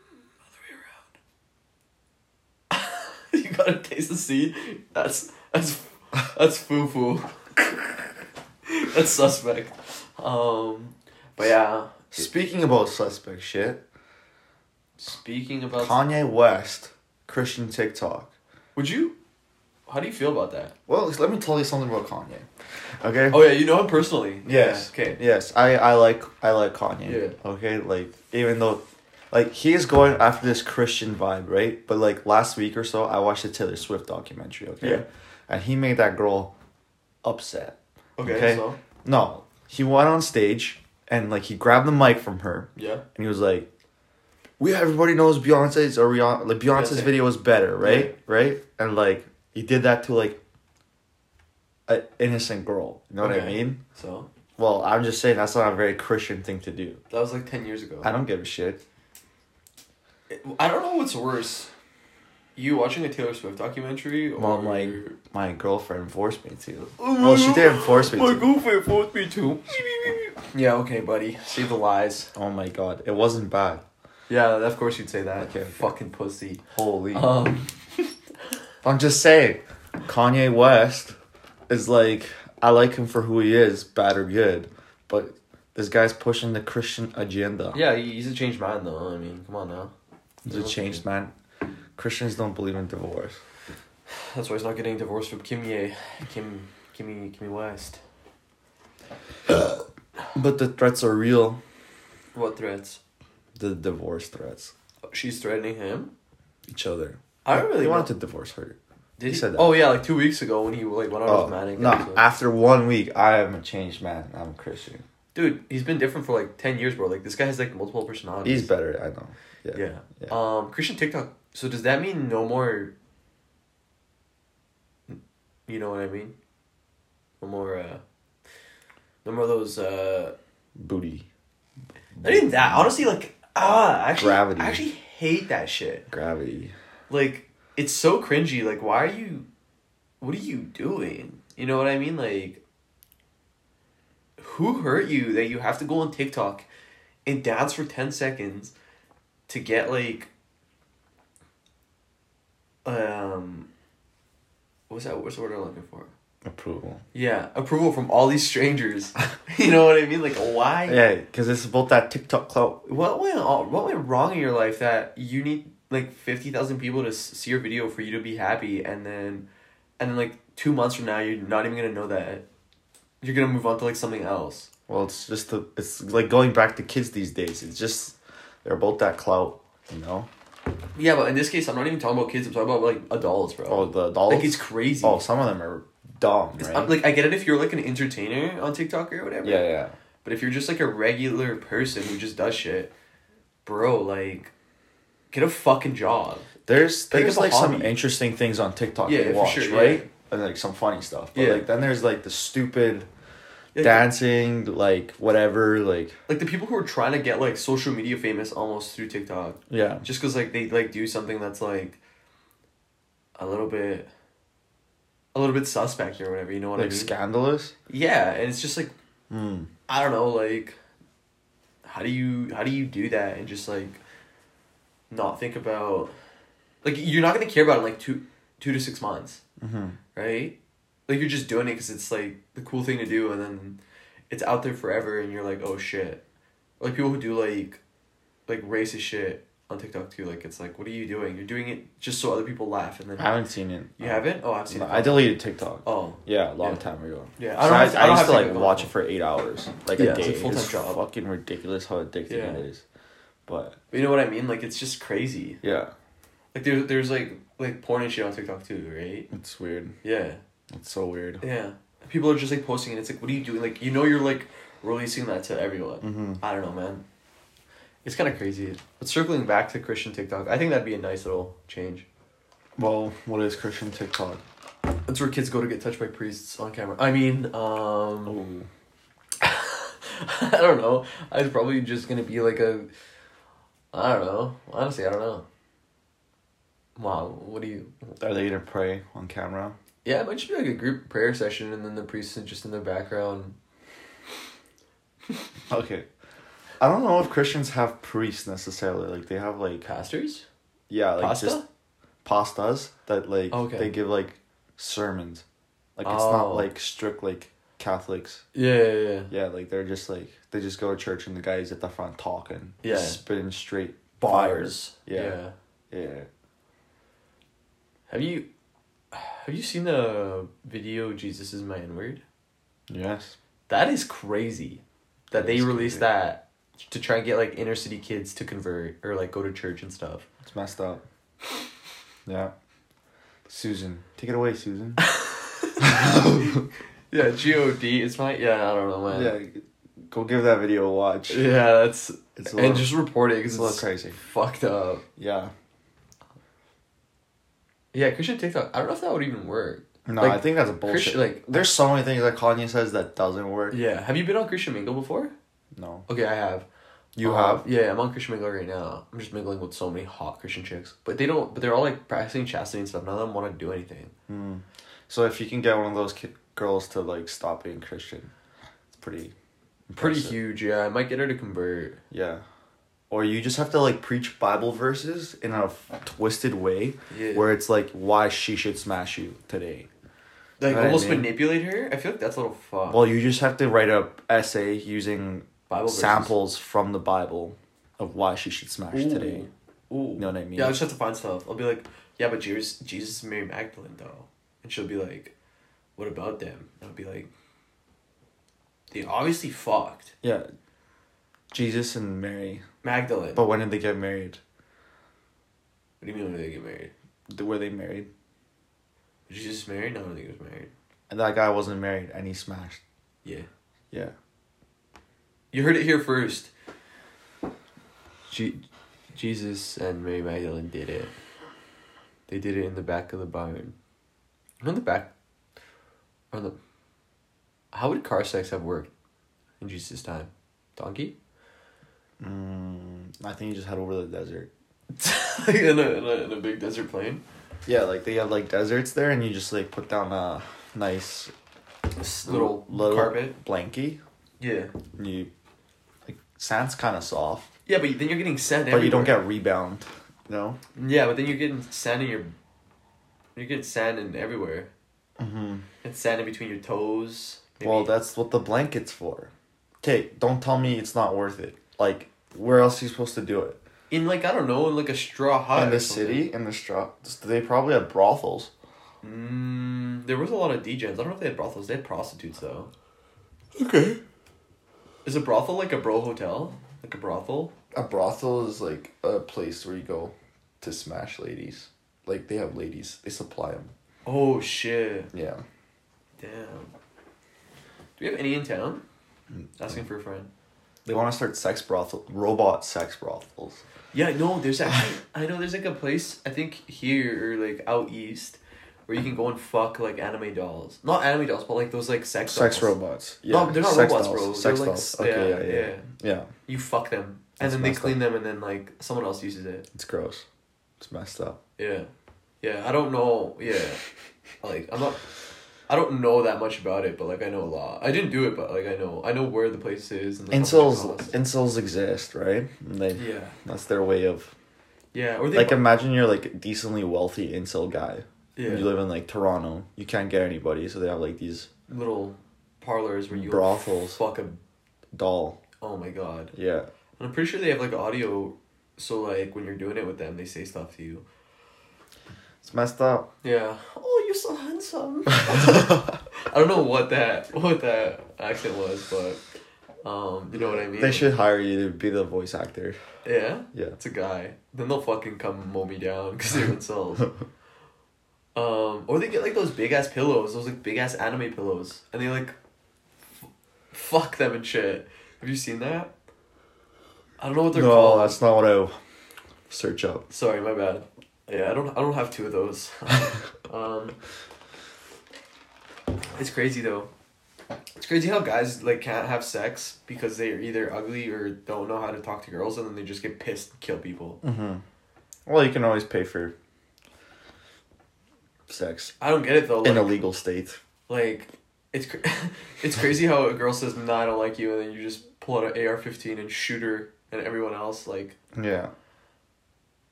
[SPEAKER 2] you gotta taste the seed. That's that's that's foo foo. that's suspect. Um, but yeah,
[SPEAKER 1] Speaking about suspect shit,
[SPEAKER 2] speaking about,
[SPEAKER 1] Kanye West, Christian TikTok.
[SPEAKER 2] would you? How do you feel about that?
[SPEAKER 1] Well, let me tell you something about Kanye. Okay.
[SPEAKER 2] Oh yeah, you know him personally.
[SPEAKER 1] Yes.
[SPEAKER 2] Yeah, okay.
[SPEAKER 1] Yes, I I like I like Kanye.
[SPEAKER 2] Yeah.
[SPEAKER 1] Okay, like even though, like he is going after this Christian vibe, right? But like last week or so, I watched the Taylor Swift documentary. Okay.
[SPEAKER 2] Yeah.
[SPEAKER 1] And he made that girl upset.
[SPEAKER 2] Okay. So
[SPEAKER 1] No, he went on stage and like he grabbed the mic from her
[SPEAKER 2] yeah.
[SPEAKER 1] and he was like, "We everybody knows Beyonce's or Rihanna, like Beyonce's
[SPEAKER 2] Beyonce.
[SPEAKER 1] video is better, right? Right?" And like he did that to like an innocent girl. You know what I
[SPEAKER 2] Okay.
[SPEAKER 1] mean?
[SPEAKER 2] So
[SPEAKER 1] Well, I'm just saying that's not a very Christian thing to do.
[SPEAKER 2] that was like ten years ago.
[SPEAKER 1] I don't give a shit.
[SPEAKER 2] I don't know what's worse. You watching a Taylor Swift documentary or
[SPEAKER 1] Well, like my girlfriend forced me to. Well, she didn't force me
[SPEAKER 2] My
[SPEAKER 1] to.
[SPEAKER 2] girlfriend forced me to. Yeah, okay, buddy. Save the lies.
[SPEAKER 1] Oh my god, it wasn't bad.
[SPEAKER 2] Yeah, of course you'd say that.
[SPEAKER 1] Okay, okay.
[SPEAKER 2] Fucking pussy.
[SPEAKER 1] Holy.
[SPEAKER 2] Um,
[SPEAKER 1] I'm just saying, Kanye West is like I like him for who he is, bad or good, but this guy's pushing the Christian agenda.
[SPEAKER 2] yeah, he- he's a changed man though. I mean, come on now.
[SPEAKER 1] He's a changed man. Christians don't believe in divorce.
[SPEAKER 2] That's why he's not getting divorced from Kim Ye, Kim, Kimmy, Kimmy West.
[SPEAKER 1] But the threats are real.
[SPEAKER 2] What threats?
[SPEAKER 1] The divorce threats.
[SPEAKER 2] She's threatening him.
[SPEAKER 1] Each other.
[SPEAKER 2] I don't really.
[SPEAKER 1] He
[SPEAKER 2] know.
[SPEAKER 1] wanted to divorce her.
[SPEAKER 2] Did
[SPEAKER 1] he said that.
[SPEAKER 2] Oh yeah, like two weeks ago when he like went on
[SPEAKER 1] Oh,
[SPEAKER 2] his manic.
[SPEAKER 1] no,
[SPEAKER 2] episode.
[SPEAKER 1] after one week, I am a changed man. I'm a Christian.
[SPEAKER 2] Dude, he's been different for like ten years, bro. Like this guy has like multiple personalities.
[SPEAKER 1] He's better, I know. Yeah.
[SPEAKER 2] Yeah.
[SPEAKER 1] Yeah.
[SPEAKER 2] Um, Christian TikTok. So does that mean no more? You know what I mean. No more. Uh, no more of those. Uh,
[SPEAKER 1] Booty.
[SPEAKER 2] not even that. Honestly, like ah, I actually,
[SPEAKER 1] Gravity.
[SPEAKER 2] I actually hate that shit.
[SPEAKER 1] Gravity.
[SPEAKER 2] Like it's so cringy. Like why are you? What are you doing? You know what I mean? Like. Who hurt you that you have to go on TikTok, and dance for ten seconds, to get like um what's that what's the word I'm looking for?
[SPEAKER 1] approval.
[SPEAKER 2] Yeah, approval from all these strangers. you know what I mean? Like, why?
[SPEAKER 1] Yeah, because it's about that TikTok clout.
[SPEAKER 2] What went all, What went wrong in your life that you need like fifty thousand people to s- see your video for you to be happy, and then, and then like two months from now, you're not even gonna know that. You're gonna move on to like something else.
[SPEAKER 1] Well, it's just the it's like going back to kids these days. It's just they're about that clout, you know.
[SPEAKER 2] Yeah, but in this case, I'm not even talking about kids. I'm talking about like adults, bro.
[SPEAKER 1] Oh, the dolls.
[SPEAKER 2] Like it's crazy.
[SPEAKER 1] oh, some of them are dumb, right?
[SPEAKER 2] I'm, like I get it if you're like an entertainer on TikTok or whatever.
[SPEAKER 1] yeah, yeah.
[SPEAKER 2] But if you're just like a regular person who just does shit, bro, like, get a fucking job.
[SPEAKER 1] There's
[SPEAKER 2] Pick
[SPEAKER 1] there's
[SPEAKER 2] up a
[SPEAKER 1] like some
[SPEAKER 2] hobby.
[SPEAKER 1] interesting things on TikTok
[SPEAKER 2] Yeah,
[SPEAKER 1] to
[SPEAKER 2] for
[SPEAKER 1] watch,
[SPEAKER 2] sure,
[SPEAKER 1] right?
[SPEAKER 2] yeah.
[SPEAKER 1] And like some funny stuff. But
[SPEAKER 2] Yeah.
[SPEAKER 1] like then there's like the stupid
[SPEAKER 2] Yeah,
[SPEAKER 1] dancing, like whatever, like
[SPEAKER 2] Like the people who are trying to get like social media famous almost through TikTok,
[SPEAKER 1] yeah.
[SPEAKER 2] just because like they like do something that's like a little bit, a little bit suspect or whatever. You know what
[SPEAKER 1] Like
[SPEAKER 2] I mean?
[SPEAKER 1] scandalous.
[SPEAKER 2] yeah, and it's just like
[SPEAKER 1] Hmm.
[SPEAKER 2] I don't know, like, how do you how do you do that and just like, not think about, like you're not gonna care about it in, like two two to six months.
[SPEAKER 1] Mm-hmm.
[SPEAKER 2] right? Like you're just doing it because it's like the cool thing to do, and then it's out there forever, and you're like, oh shit. Like people who do like, like racist shit on TikTok too. Like it's like, what are you doing? You're doing it just so other people laugh, and then
[SPEAKER 1] I haven't seen it.
[SPEAKER 2] you haven't. Oh, I've seen.
[SPEAKER 1] No,
[SPEAKER 2] it.
[SPEAKER 1] I deleted TikTok.
[SPEAKER 2] oh,
[SPEAKER 1] Yeah, a long
[SPEAKER 2] Yeah.
[SPEAKER 1] time ago.
[SPEAKER 2] Yeah, I
[SPEAKER 1] I,
[SPEAKER 2] don't have-
[SPEAKER 1] so
[SPEAKER 2] I
[SPEAKER 1] I, I,
[SPEAKER 2] don't
[SPEAKER 1] used
[SPEAKER 2] have
[SPEAKER 1] to like
[SPEAKER 2] TikTok.
[SPEAKER 1] watch it for eight hours, like
[SPEAKER 2] Yeah,
[SPEAKER 1] a
[SPEAKER 2] it's
[SPEAKER 1] day.
[SPEAKER 2] a
[SPEAKER 1] It's,
[SPEAKER 2] full-time job.
[SPEAKER 1] fucking ridiculous how addicted
[SPEAKER 2] Yeah.
[SPEAKER 1] it is. But
[SPEAKER 2] but you know what I mean? Like it's just crazy.
[SPEAKER 1] yeah,
[SPEAKER 2] Like there's there's like like porn and shit on TikTok too, right?
[SPEAKER 1] it's weird.
[SPEAKER 2] Yeah,
[SPEAKER 1] It's so weird.
[SPEAKER 2] yeah. People are just like posting, and it's like, what are you doing? Like you know, you're like releasing that to everyone.
[SPEAKER 1] Mm-hmm.
[SPEAKER 2] I don't know, man. It's kind of crazy. But circling back to Christian TikTok, I think that'd be a nice little change.
[SPEAKER 1] Well, what is Christian TikTok?
[SPEAKER 2] That's where kids go to get touched by priests on camera. I mean, um,
[SPEAKER 1] Oh,
[SPEAKER 2] I don't know. I was probably just gonna be like a, I don't know. Honestly, I don't know. Wow, what do you?
[SPEAKER 1] are they gonna pray on camera?
[SPEAKER 2] Yeah, it might just be like a group prayer session, and then the priest is just in the background.
[SPEAKER 1] Okay. I don't know if Christians have priests necessarily. Like they have like
[SPEAKER 2] Pastors,
[SPEAKER 1] yeah, like
[SPEAKER 2] pasta.
[SPEAKER 1] just pastas that like
[SPEAKER 2] Okay.
[SPEAKER 1] they give like sermons. Like it's not
[SPEAKER 2] Oh.
[SPEAKER 1] like strict like Catholics.
[SPEAKER 2] yeah, yeah, yeah.
[SPEAKER 1] Yeah, like they're just like they just go to church and the guys at the front talking.
[SPEAKER 2] Yeah.
[SPEAKER 1] Spitting straight
[SPEAKER 2] Bars.
[SPEAKER 1] Yeah.
[SPEAKER 2] yeah.
[SPEAKER 1] Yeah.
[SPEAKER 2] Have you have you seen the video Jesus is my N word?
[SPEAKER 1] Yes.
[SPEAKER 2] That is crazy. That
[SPEAKER 1] That
[SPEAKER 2] they
[SPEAKER 1] is
[SPEAKER 2] released
[SPEAKER 1] crazy.
[SPEAKER 2] that to try and get like inner city kids to convert or like go to church and stuff.
[SPEAKER 1] It's messed up. Yeah. Susan. Take it away, Susan.
[SPEAKER 2] Yeah, G O D it's my yeah, I don't know man.
[SPEAKER 1] yeah. Go give that video a watch.
[SPEAKER 2] Yeah, that's
[SPEAKER 1] It's a
[SPEAKER 2] and
[SPEAKER 1] little,
[SPEAKER 2] just report it because
[SPEAKER 1] it's a little
[SPEAKER 2] it's,
[SPEAKER 1] crazy.
[SPEAKER 2] fucked up.
[SPEAKER 1] Yeah.
[SPEAKER 2] Yeah, Christian TikTok. I don't know if that would even work.
[SPEAKER 1] No,
[SPEAKER 2] Like,
[SPEAKER 1] I think that's bullshit.
[SPEAKER 2] Christian, like-
[SPEAKER 1] there's so many things that Kanye says that doesn't work.
[SPEAKER 2] Yeah, have you been on Christian Mingle before?
[SPEAKER 1] No,
[SPEAKER 2] Okay, I have.
[SPEAKER 1] you
[SPEAKER 2] Um,
[SPEAKER 1] have.
[SPEAKER 2] Yeah, I'm on Christian Mingle right now. I'm just mingling with so many hot Christian chicks, but they don't. But they're all like practicing chastity and stuff. None of them want to do anything.
[SPEAKER 1] Mm. So if you can get one of those ki- girls to like stop being Christian, it's pretty,
[SPEAKER 2] Pretty
[SPEAKER 1] impressive.
[SPEAKER 2] huge, yeah. I might get her to convert.
[SPEAKER 1] Yeah, or you just have to like preach Bible verses in a f- twisted way
[SPEAKER 2] Yeah.
[SPEAKER 1] where it's like why she should smash you today.
[SPEAKER 2] like
[SPEAKER 1] Know what I
[SPEAKER 2] almost
[SPEAKER 1] mean?
[SPEAKER 2] manipulate her. I feel like that's a little fuck.
[SPEAKER 1] Well, you just have to write a essay using
[SPEAKER 2] Bible verses.
[SPEAKER 1] samples from the Bible of why she should smash
[SPEAKER 2] Ooh.
[SPEAKER 1] today.
[SPEAKER 2] Ooh.
[SPEAKER 1] know what I mean?
[SPEAKER 2] Yeah, I just have to find stuff. I'll be like, yeah, but Jesus, Jesus and Mary Magdalene though, and she'll be like, what about them? And I'll be like, they obviously fucked
[SPEAKER 1] Yeah, Jesus and Mary.
[SPEAKER 2] Magdalene.
[SPEAKER 1] But when did they get married?
[SPEAKER 2] what do you mean when did they get married?
[SPEAKER 1] Th- Were they married?
[SPEAKER 2] Was Jesus married? No, I don't think he was married.
[SPEAKER 1] And that guy wasn't married, and he smashed.
[SPEAKER 2] Yeah,
[SPEAKER 1] Yeah.
[SPEAKER 2] you heard it here first. Je- Jesus and Mary Magdalene did it. They did it in the back of the barn. On the back. On the. How would car sex have worked in Jesus' time? Donkey?
[SPEAKER 1] Mm, I think he just head over the desert.
[SPEAKER 2] in, a, in, a, in a big desert plain?
[SPEAKER 1] Yeah, like they have like deserts there, and you just like put down a nice
[SPEAKER 2] This little, carpet?
[SPEAKER 1] blankie.
[SPEAKER 2] Yeah.
[SPEAKER 1] And you like sand's kind of soft,
[SPEAKER 2] Yeah, but then you're getting sand
[SPEAKER 1] but you don't get rebound. You know?
[SPEAKER 2] Yeah, but then you're getting sand in your. You're getting sand in everywhere.
[SPEAKER 1] Mm-hmm.
[SPEAKER 2] It's sand in between your toes.
[SPEAKER 1] Well,
[SPEAKER 2] maybe.
[SPEAKER 1] that's what the blanket's for. Okay, don't tell me it's not worth it. Like, where else are you supposed to do it?
[SPEAKER 2] in like I don't know, in like a straw hut.
[SPEAKER 1] in
[SPEAKER 2] or
[SPEAKER 1] the
[SPEAKER 2] Oh, something.
[SPEAKER 1] city, in the straw. They probably have brothels.
[SPEAKER 2] Mm, there was a lot of DJs. I don't know if they had brothels. They had prostitutes though.
[SPEAKER 1] Okay.
[SPEAKER 2] Is a brothel like a bro hotel? Like a brothel?
[SPEAKER 1] A brothel is like a place where you go to smash ladies. Like they have ladies, they supply them.
[SPEAKER 2] Oh shit!
[SPEAKER 1] Yeah.
[SPEAKER 2] Damn. Do we have any in town?
[SPEAKER 1] Mm,
[SPEAKER 2] Asking for a friend.
[SPEAKER 1] They want to start sex brothel, robot sex brothels.
[SPEAKER 2] Yeah, no, there's actually I know there's like a place I think here or like out east where you can go and fuck like anime dolls. Not anime dolls, but like those like sex
[SPEAKER 1] Sex
[SPEAKER 2] dolls.
[SPEAKER 1] robots.
[SPEAKER 2] No, they're not
[SPEAKER 1] sex
[SPEAKER 2] robots,
[SPEAKER 1] dolls.
[SPEAKER 2] bro.
[SPEAKER 1] Sex
[SPEAKER 2] They're like
[SPEAKER 1] dolls.
[SPEAKER 2] s-
[SPEAKER 1] okay,
[SPEAKER 2] yeah,
[SPEAKER 1] yeah, yeah, yeah. Yeah,
[SPEAKER 2] You fuck them. And
[SPEAKER 1] That's
[SPEAKER 2] then they
[SPEAKER 1] messed up.
[SPEAKER 2] clean them and then like someone else uses it.
[SPEAKER 1] it's gross. It's messed up.
[SPEAKER 2] Yeah. Yeah, I don't know. Yeah. Like I'm not I don't know that much about it, but like I know a lot. I didn't do it, but like I know I know where the place is and like, how much it
[SPEAKER 1] Incels,
[SPEAKER 2] costs.
[SPEAKER 1] incels exist, right? And they,
[SPEAKER 2] Yeah.
[SPEAKER 1] That's their way of
[SPEAKER 2] Yeah, or they
[SPEAKER 1] like. Imagine you're like a decently wealthy incel guy.
[SPEAKER 2] yeah,
[SPEAKER 1] You live in like Toronto. You can't get anybody, so they have like these
[SPEAKER 2] little parlors where you
[SPEAKER 1] Brothels.
[SPEAKER 2] fuck a
[SPEAKER 1] doll.
[SPEAKER 2] oh my god.
[SPEAKER 1] Yeah.
[SPEAKER 2] And I'm pretty sure they have like audio, so like when you're doing it with them, they say stuff to you.
[SPEAKER 1] It's messed up.
[SPEAKER 2] Yeah. Oh, you're so handsome. I don't know what that what that accent was, but um, you know what I mean.
[SPEAKER 1] They should hire you to be the voice actor.
[SPEAKER 2] Yeah.
[SPEAKER 1] Yeah.
[SPEAKER 2] It's a guy. Then they'll fucking come mow me down because they're themselves. um, or they get like those big ass pillows, those like big ass anime pillows, and they like f- fuck them and shit. Have you seen that? I don't know what they're
[SPEAKER 1] No,
[SPEAKER 2] called.
[SPEAKER 1] that's not what I search up.
[SPEAKER 2] Sorry, my bad. Yeah, I don't. I don't have two of those. um, it's crazy though. It's crazy how guys like can't have sex because they are either ugly or don't know how to talk to girls, and then they just get pissed and kill people.
[SPEAKER 1] Mm-hmm. Well, you can always pay for sex
[SPEAKER 2] I don't get it though. Like,
[SPEAKER 1] in a legal state.
[SPEAKER 2] like it's cr- it's crazy how a girl says no, I don't like you, and then you just pull out an AR fifteen and shoot her and everyone else. Like
[SPEAKER 1] Yeah.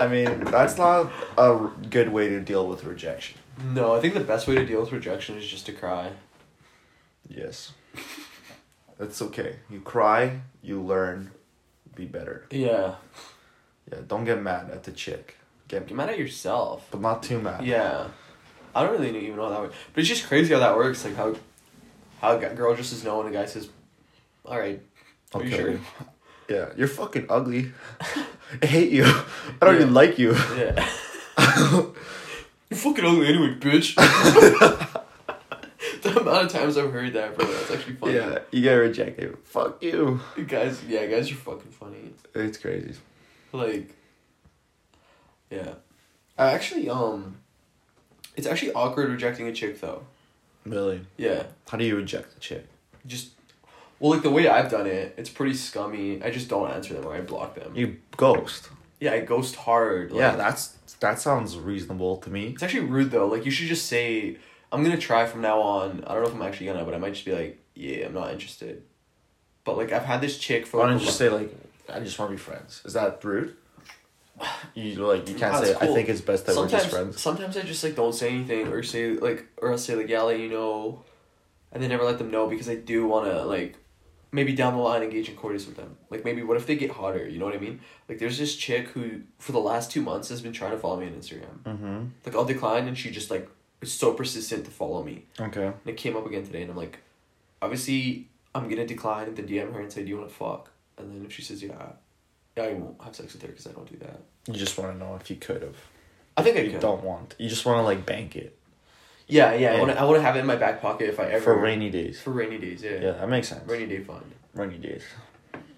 [SPEAKER 1] I mean, that's not a good way to deal with rejection.
[SPEAKER 2] no, I think the best way to deal with rejection is just to cry.
[SPEAKER 1] Yes. That's okay. You cry, you learn, be better.
[SPEAKER 2] Yeah,
[SPEAKER 1] Yeah, don't get mad at the chick. Get
[SPEAKER 2] get mad at yourself.
[SPEAKER 1] but not too mad.
[SPEAKER 2] Yeah, I don't really even know how that works, but it's just crazy how that works. Like how, how a gu- girl just says no and a guy says, "All right, are
[SPEAKER 1] Okay.
[SPEAKER 2] you sure?"
[SPEAKER 1] Yeah, you're fucking ugly. I hate you. I don't
[SPEAKER 2] Yeah.
[SPEAKER 1] even like you.
[SPEAKER 2] Yeah. You're fucking ugly anyway, bitch. the amount of times I've heard that, bro, that's actually funny.
[SPEAKER 1] yeah, you get rejected. Fuck you.
[SPEAKER 2] You guys, yeah, guys are fucking funny.
[SPEAKER 1] It's crazy.
[SPEAKER 2] Like, yeah, I actually um, it's actually awkward rejecting a chick though.
[SPEAKER 1] Really?
[SPEAKER 2] Yeah,
[SPEAKER 1] How do you reject the chick?
[SPEAKER 2] just. Well, like the way I've done it, it's pretty scummy. I just don't answer them or I block them.
[SPEAKER 1] You ghost.
[SPEAKER 2] Yeah, I ghost hard. Like,
[SPEAKER 1] yeah, that's that sounds reasonable to me.
[SPEAKER 2] it's actually rude though. Like you should just say, "I'm gonna try from now on." I don't know if I'm actually gonna, but I might just be like, "Yeah, I'm not interested." But like I've had this chick for.
[SPEAKER 1] Why
[SPEAKER 2] like,
[SPEAKER 1] don't
[SPEAKER 2] a
[SPEAKER 1] you just
[SPEAKER 2] month-
[SPEAKER 1] say like, I just want to be friends? Is that rude? You like you can't
[SPEAKER 2] Nah,
[SPEAKER 1] say.
[SPEAKER 2] it's
[SPEAKER 1] I
[SPEAKER 2] cool.
[SPEAKER 1] think it's best that
[SPEAKER 2] sometimes,
[SPEAKER 1] we're just friends.
[SPEAKER 2] Sometimes I just like don't say anything or say like or I'll say like, "Yeah, I'll let you know," and then never let them know because I do wanna like. Maybe down the line engage in courters with them. Like maybe what if they get hotter? You know what I mean? Like there's this chick who for the last two months has been trying to follow me on Instagram.
[SPEAKER 1] Mm-hmm.
[SPEAKER 2] Like I'll decline and she just like is so persistent to follow me.
[SPEAKER 1] Okay.
[SPEAKER 2] And it came up again today, and I'm like, obviously, I'm gonna decline and then DM her and say, "Do you want to fuck?" And then if she says, "Yeah," yeah, I won't have sex with her because I don't do that.
[SPEAKER 1] You just want to know if you could have.
[SPEAKER 2] I think I
[SPEAKER 1] You
[SPEAKER 2] could.
[SPEAKER 1] don't want. You just want to like bank it
[SPEAKER 2] Yeah, yeah. I
[SPEAKER 1] Yeah.
[SPEAKER 2] want to. I want to have it in my back pocket if I ever
[SPEAKER 1] for rainy days.
[SPEAKER 2] for rainy days. Yeah.
[SPEAKER 1] Yeah, that makes sense.
[SPEAKER 2] Rainy day fund.
[SPEAKER 1] Rainy days.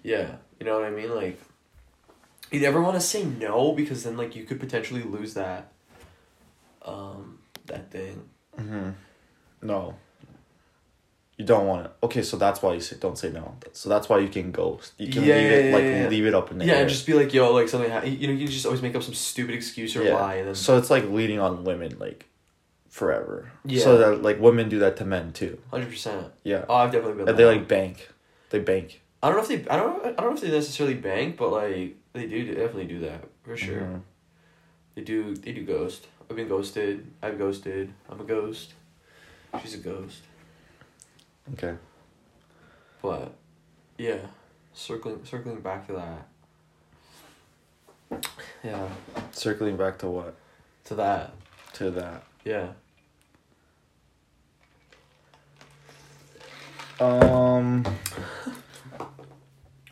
[SPEAKER 2] Yeah, you know what I mean. Like, you never want to say no because then like you could potentially lose that. Um, that thing.
[SPEAKER 1] Mm-hmm. No. You don't want it. Okay, so that's why you say don't say no. So that's why you can ghost. You can
[SPEAKER 2] Yeah,
[SPEAKER 1] leave it
[SPEAKER 2] yeah,
[SPEAKER 1] like
[SPEAKER 2] yeah, yeah.
[SPEAKER 1] leave it up in the
[SPEAKER 2] Yeah,
[SPEAKER 1] air.
[SPEAKER 2] and just be like, yo, like something. Ha- you know, you just always make up some stupid excuse or lie, and then
[SPEAKER 1] So it's like leading on women like forever.
[SPEAKER 2] Yeah.
[SPEAKER 1] So that like women do that to men too.
[SPEAKER 2] hundred percent.
[SPEAKER 1] Yeah.
[SPEAKER 2] Oh, I've definitely
[SPEAKER 1] And
[SPEAKER 2] been. that.
[SPEAKER 1] they like bank. They bank.
[SPEAKER 2] I don't know if they I don't I don't know if they necessarily bank, but like they do definitely do that for sure.
[SPEAKER 1] Mhm.
[SPEAKER 2] They do they do ghost. I've been ghosted. I've ghosted. I'm a ghost. She's a ghost.
[SPEAKER 1] Okay.
[SPEAKER 2] But yeah, circling circling back to that. Yeah,
[SPEAKER 1] Circling back to what?
[SPEAKER 2] to that.
[SPEAKER 1] To that.
[SPEAKER 2] Yeah.
[SPEAKER 1] Um,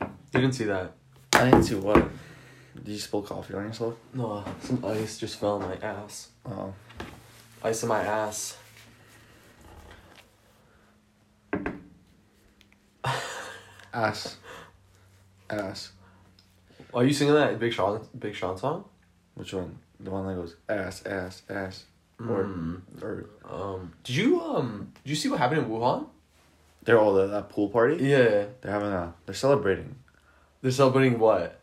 [SPEAKER 2] You didn't see that.
[SPEAKER 1] I didn't see what. Did you spill coffee on yourself?
[SPEAKER 2] No, some ice just fell on my ass.
[SPEAKER 1] Oh.
[SPEAKER 2] Ice on my ass.
[SPEAKER 1] Ass. Ass.
[SPEAKER 2] Are you singing that Big Sean Big Sean song?
[SPEAKER 1] Which one? The one that goes ass, ass, ass.
[SPEAKER 2] Or
[SPEAKER 1] Mm. Or
[SPEAKER 2] um, did you um did you see what happened in Wuhan?
[SPEAKER 1] they're all at that pool party.
[SPEAKER 2] Yeah,
[SPEAKER 1] They're having a. They're celebrating.
[SPEAKER 2] they're celebrating what?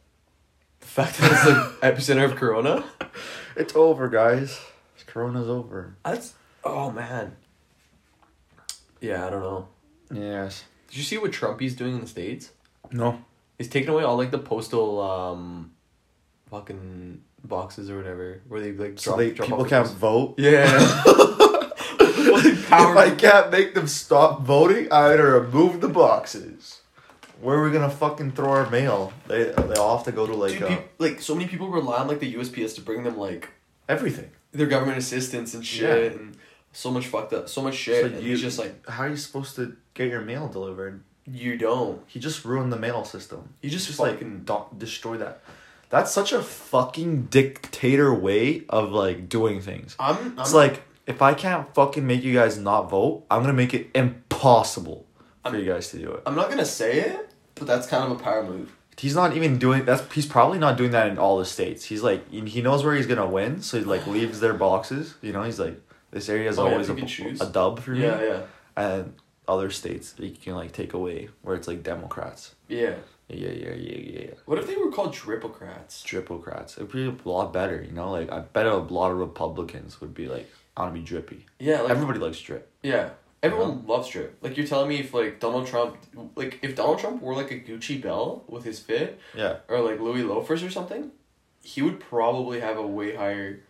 [SPEAKER 2] The fact that it's the epicenter of Corona.
[SPEAKER 1] It's over, guys. Corona's over.
[SPEAKER 2] That's oh man. Yeah, I don't know.
[SPEAKER 1] Yes.
[SPEAKER 2] Did you see what Trumpy's doing in the states?
[SPEAKER 1] No.
[SPEAKER 2] He's taking away all like the postal um, fucking boxes or whatever where they like drop,
[SPEAKER 1] So they
[SPEAKER 2] drop
[SPEAKER 1] people
[SPEAKER 2] off
[SPEAKER 1] can't
[SPEAKER 2] the-
[SPEAKER 1] vote.
[SPEAKER 2] Yeah.
[SPEAKER 1] if I can't make them stop voting, I either remove the boxes. Where are we gonna fucking throw our mail? They they all have to go to like
[SPEAKER 2] Dude,
[SPEAKER 1] uh,
[SPEAKER 2] peop- like so many people rely on like the USPS to bring them like
[SPEAKER 1] everything.
[SPEAKER 2] their government assistance and shit and so much fucked up, so much shit. and he's just like,
[SPEAKER 1] how are you supposed to get your mail delivered?
[SPEAKER 2] you don't.
[SPEAKER 1] He just ruined the mail system.
[SPEAKER 2] You just,
[SPEAKER 1] Just
[SPEAKER 2] fucking
[SPEAKER 1] like don't destroy that. That's such a fucking dictator way of like doing things.
[SPEAKER 2] I'm. I'm
[SPEAKER 1] It's like if I can't fucking make you guys not vote, I'm gonna make it impossible for you guys to do it.
[SPEAKER 2] I'm not gonna say it, but that's kind of a power move.
[SPEAKER 1] He's not even doing that's he's probably not doing that in all the states. He's like he knows where he's gonna win, so he like leaves their boxes. You know, he's like this area is
[SPEAKER 2] Oh, yeah,
[SPEAKER 1] always
[SPEAKER 2] you can choose.
[SPEAKER 1] a, a dub for
[SPEAKER 2] Yeah,
[SPEAKER 1] me.
[SPEAKER 2] yeah,
[SPEAKER 1] And other states you can like take away where it's like Democrats.
[SPEAKER 2] yeah.
[SPEAKER 1] Yeah, yeah, yeah, yeah.
[SPEAKER 2] What if they were called Dripocrats?
[SPEAKER 1] Dripocrats. It'd be a lot better, you know? Like I bet a lot of Republicans would be like, I wanna be drippy.
[SPEAKER 2] Yeah, like
[SPEAKER 1] Everybody likes drip.
[SPEAKER 2] yeah. Everyone loves drip. Like you're telling me if like Donald Trump, like if Donald Trump wore like a Gucci belt with his fit,
[SPEAKER 1] Yeah.
[SPEAKER 2] or like Louis loafers or something, he would probably have a way higher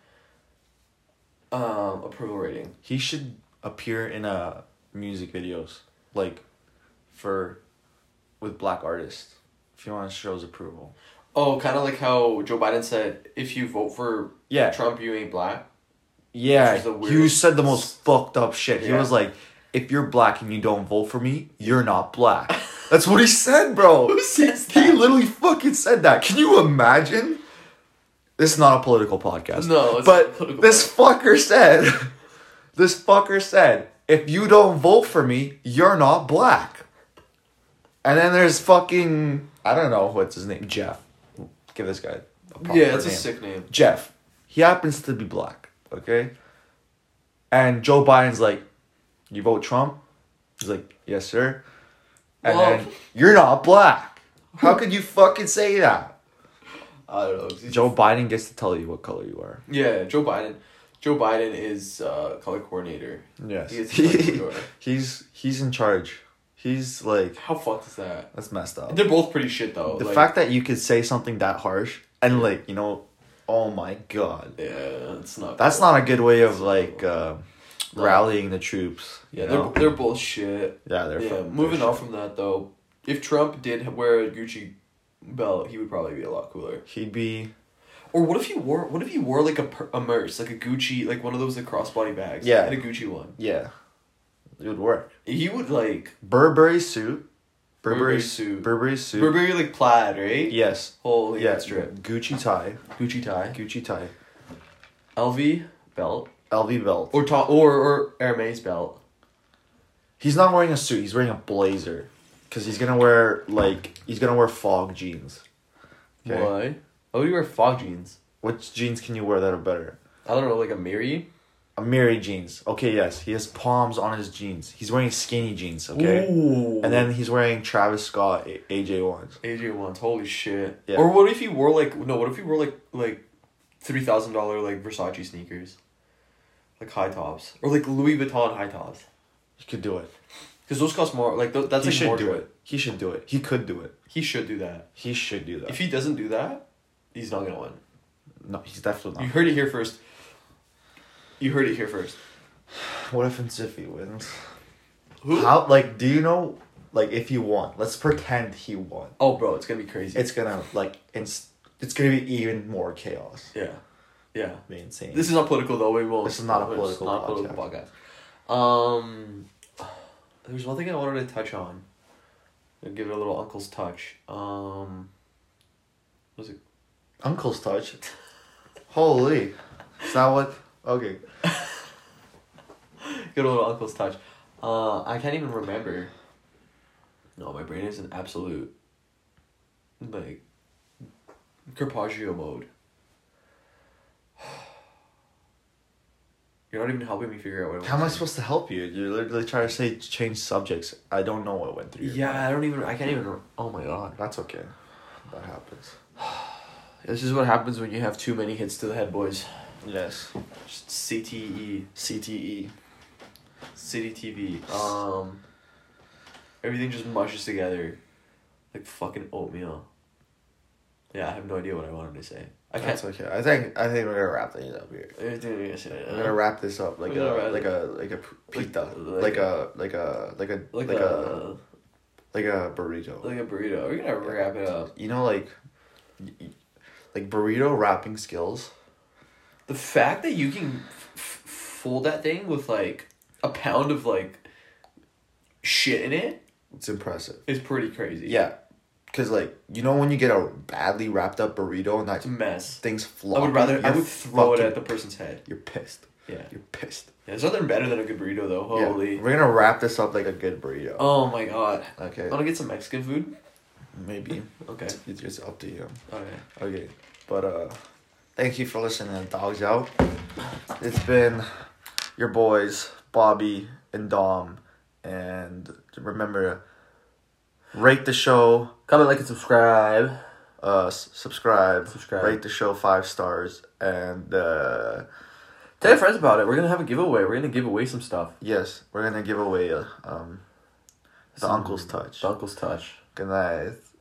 [SPEAKER 2] um approval rating.
[SPEAKER 1] He should appear in uh music videos, like for with black artists. If you want to show his approval.
[SPEAKER 2] Oh, kind of like how Joe Biden said, if you vote for
[SPEAKER 1] Yeah.
[SPEAKER 2] Trump, you ain't black.
[SPEAKER 1] Yeah.
[SPEAKER 2] Which is the
[SPEAKER 1] You
[SPEAKER 2] weirdest-
[SPEAKER 1] said the most fucked up shit. He
[SPEAKER 2] Yeah.
[SPEAKER 1] was like, if you're black and you don't vote for me, you're not black. That's what he said, bro.
[SPEAKER 2] Who says
[SPEAKER 1] He
[SPEAKER 2] that?
[SPEAKER 1] literally fucking said that. Can you imagine? This is not a political podcast.
[SPEAKER 2] No, it's not a
[SPEAKER 1] but
[SPEAKER 2] political
[SPEAKER 1] this fucker said, this fucker said, if you don't vote for me, you're not black. And then there's fucking I don't know what's his name, Jeff. Give this guy. A proper
[SPEAKER 2] Yeah, it's a
[SPEAKER 1] name.
[SPEAKER 2] sick name.
[SPEAKER 1] Jeff. He happens to be black, okay? And Joe Biden's like, You vote Trump? He's like, Yes, sir. And
[SPEAKER 2] Whoa.
[SPEAKER 1] then you're not black. How could you fucking say that?
[SPEAKER 2] I don't know. 'cause he's-
[SPEAKER 1] Joe Biden gets to tell you what color you are.
[SPEAKER 2] Yeah, Joe Biden. Joe Biden is uh, color coordinator. He is color coordinator.
[SPEAKER 1] he's he's in charge. He's like
[SPEAKER 2] How fucked is that?
[SPEAKER 1] that's messed up.
[SPEAKER 2] They're both pretty shit though.
[SPEAKER 1] The
[SPEAKER 2] like-
[SPEAKER 1] fact that you could say something that harsh and like, you know, oh my god.
[SPEAKER 2] yeah, it's not.
[SPEAKER 1] That's
[SPEAKER 2] cool.
[SPEAKER 1] not a good way of like uh,
[SPEAKER 2] No.
[SPEAKER 1] rallying the troops.
[SPEAKER 2] Yeah,
[SPEAKER 1] you
[SPEAKER 2] they're
[SPEAKER 1] know?
[SPEAKER 2] they're both shit.
[SPEAKER 1] Yeah, they're
[SPEAKER 2] Yeah,
[SPEAKER 1] fucking-
[SPEAKER 2] moving
[SPEAKER 1] they're
[SPEAKER 2] on from that though, if Trump did wear a Gucci belt, he would probably be a lot cooler.
[SPEAKER 1] shit. He'd be
[SPEAKER 2] Or what if he wore? What if he wore like a per- a merce, like a Gucci, like one of those like crossbody bags?
[SPEAKER 1] Yeah.
[SPEAKER 2] and a Gucci one.
[SPEAKER 1] yeah. It would work.
[SPEAKER 2] He would like
[SPEAKER 1] Burberry suit. Burberry,
[SPEAKER 2] Burberry
[SPEAKER 1] suit.
[SPEAKER 2] suit.
[SPEAKER 1] Burberry suit.
[SPEAKER 2] Burberry like plaid, right?
[SPEAKER 1] Yes.
[SPEAKER 2] Holy
[SPEAKER 1] Yeah.
[SPEAKER 2] that's drip.
[SPEAKER 1] Gucci tie.
[SPEAKER 2] Gucci tie,
[SPEAKER 1] Gucci tie.
[SPEAKER 2] LV belt,
[SPEAKER 1] LV belt.
[SPEAKER 2] or top, or or Hermes belt.
[SPEAKER 1] He's not wearing a suit. He's wearing a blazer. Cause he's gonna wear like he's gonna wear fog jeans. Okay.
[SPEAKER 2] Why? Why would you wear fog jeans?
[SPEAKER 1] Which jeans can you wear that are better?
[SPEAKER 2] I don't know, like a Miri?
[SPEAKER 1] Amiri jeans. Okay, yes. He has palms on his jeans. He's wearing skinny jeans. Okay.
[SPEAKER 2] Ooh.
[SPEAKER 1] And then he's wearing Travis Scott A- AJ ones.
[SPEAKER 2] AJ ones, holy shit.
[SPEAKER 1] Yeah.
[SPEAKER 2] Or what if you wore like no, what if you wore like like three thousand dollar like Versace sneakers? Like high tops. Or like Louis Vuitton high tops.
[SPEAKER 1] He could do it.
[SPEAKER 2] Because those cost more like th- that's
[SPEAKER 1] he
[SPEAKER 2] like
[SPEAKER 1] should
[SPEAKER 2] more
[SPEAKER 1] do
[SPEAKER 2] drip.
[SPEAKER 1] it. He should do it. He could do it.
[SPEAKER 2] He should do that.
[SPEAKER 1] He should do that.
[SPEAKER 2] If he doesn't do that, he's not gonna win.
[SPEAKER 1] no, he's definitely
[SPEAKER 2] You
[SPEAKER 1] not.
[SPEAKER 2] heard it here first. You heard it here first.
[SPEAKER 1] What if Nsifi wins?
[SPEAKER 2] Who?
[SPEAKER 1] How like do you know like if he won? Let's pretend he won.
[SPEAKER 2] Oh, bro, it's gonna be crazy.
[SPEAKER 1] It's gonna like it's it's gonna be even more chaos.
[SPEAKER 2] yeah, yeah.
[SPEAKER 1] It'll Be insane.
[SPEAKER 2] This is not political though. We won't.
[SPEAKER 1] This is not a
[SPEAKER 2] it's
[SPEAKER 1] political
[SPEAKER 2] not a
[SPEAKER 1] podcast.
[SPEAKER 2] podcast. Um, there's one thing I wanted to touch on. I'll give it a little uncle's touch. Um, what was it?
[SPEAKER 1] Uncle's touch. Holy, is that what? Okay.
[SPEAKER 2] Good old uncle's touch. Uh, I can't even remember. No, my brain is in absolute. Like. Carpaggio mode. You're not even helping me figure out what.
[SPEAKER 1] How am I
[SPEAKER 2] was saying.
[SPEAKER 1] supposed to help you? You're literally trying to say change subjects. I don't know what went through. your
[SPEAKER 2] Yeah,
[SPEAKER 1] mind.
[SPEAKER 2] I don't even. I can't even. Oh my god.
[SPEAKER 1] That's okay. That happens.
[SPEAKER 2] This is what happens when you have too many hits to the head, boys. E,
[SPEAKER 1] Yes.
[SPEAKER 2] Just CTE,
[SPEAKER 1] CTE.
[SPEAKER 2] City TV. Um, everything just mushes together, like fucking oatmeal. Yeah, I have no idea what I wanted to say. I can't.
[SPEAKER 1] That's okay. I think I think we're gonna wrap things up here. I'm gonna
[SPEAKER 2] Like,
[SPEAKER 1] wrap this up like
[SPEAKER 2] We're gonna
[SPEAKER 1] a
[SPEAKER 2] wrap
[SPEAKER 1] like
[SPEAKER 2] it.
[SPEAKER 1] a like a p- pita,
[SPEAKER 2] like-
[SPEAKER 1] like a like a like a
[SPEAKER 2] like,
[SPEAKER 1] like a
[SPEAKER 2] a,
[SPEAKER 1] like a burrito.
[SPEAKER 2] like a burrito. We're gonna wrap it up.
[SPEAKER 1] You know, like y- y- like burrito wrapping skills.
[SPEAKER 2] The fact that you can f- f- fold that thing with like a pound of like shit in it
[SPEAKER 1] It's impressive.
[SPEAKER 2] is pretty crazy.
[SPEAKER 1] Yeah, cause like you know when you get a badly wrapped up burrito and that
[SPEAKER 2] it's a mess.
[SPEAKER 1] things
[SPEAKER 2] I
[SPEAKER 1] flop.
[SPEAKER 2] would rather I
[SPEAKER 1] you're
[SPEAKER 2] would throw it
[SPEAKER 1] fucking-
[SPEAKER 2] at the person's head.
[SPEAKER 1] You're pissed.
[SPEAKER 2] Yeah. yeah.
[SPEAKER 1] You're pissed.
[SPEAKER 2] There's nothing better than a good burrito though. Holy.
[SPEAKER 1] Yeah. We're gonna wrap this up like a good burrito.
[SPEAKER 2] Oh my god.
[SPEAKER 1] Okay.
[SPEAKER 2] Wanna get some Mexican food?
[SPEAKER 1] Maybe
[SPEAKER 2] Okay.
[SPEAKER 1] it's just up to you.
[SPEAKER 2] Alright.
[SPEAKER 1] Okay, but uh, thank you for listening, dogs out. It's been your boys Bobby and Dom, and remember rate the show,
[SPEAKER 2] Comment, like, and subscribe.
[SPEAKER 1] uh, s- subscribe,
[SPEAKER 2] Subscribe.
[SPEAKER 1] rate the show five stars, and uh,
[SPEAKER 2] Tell your friends about it. We're gonna have a giveaway. We're gonna give away some stuff.
[SPEAKER 1] yes, we're gonna give away uh, um, the uncle's touch.
[SPEAKER 2] The Uncle's Touch.
[SPEAKER 1] Good night.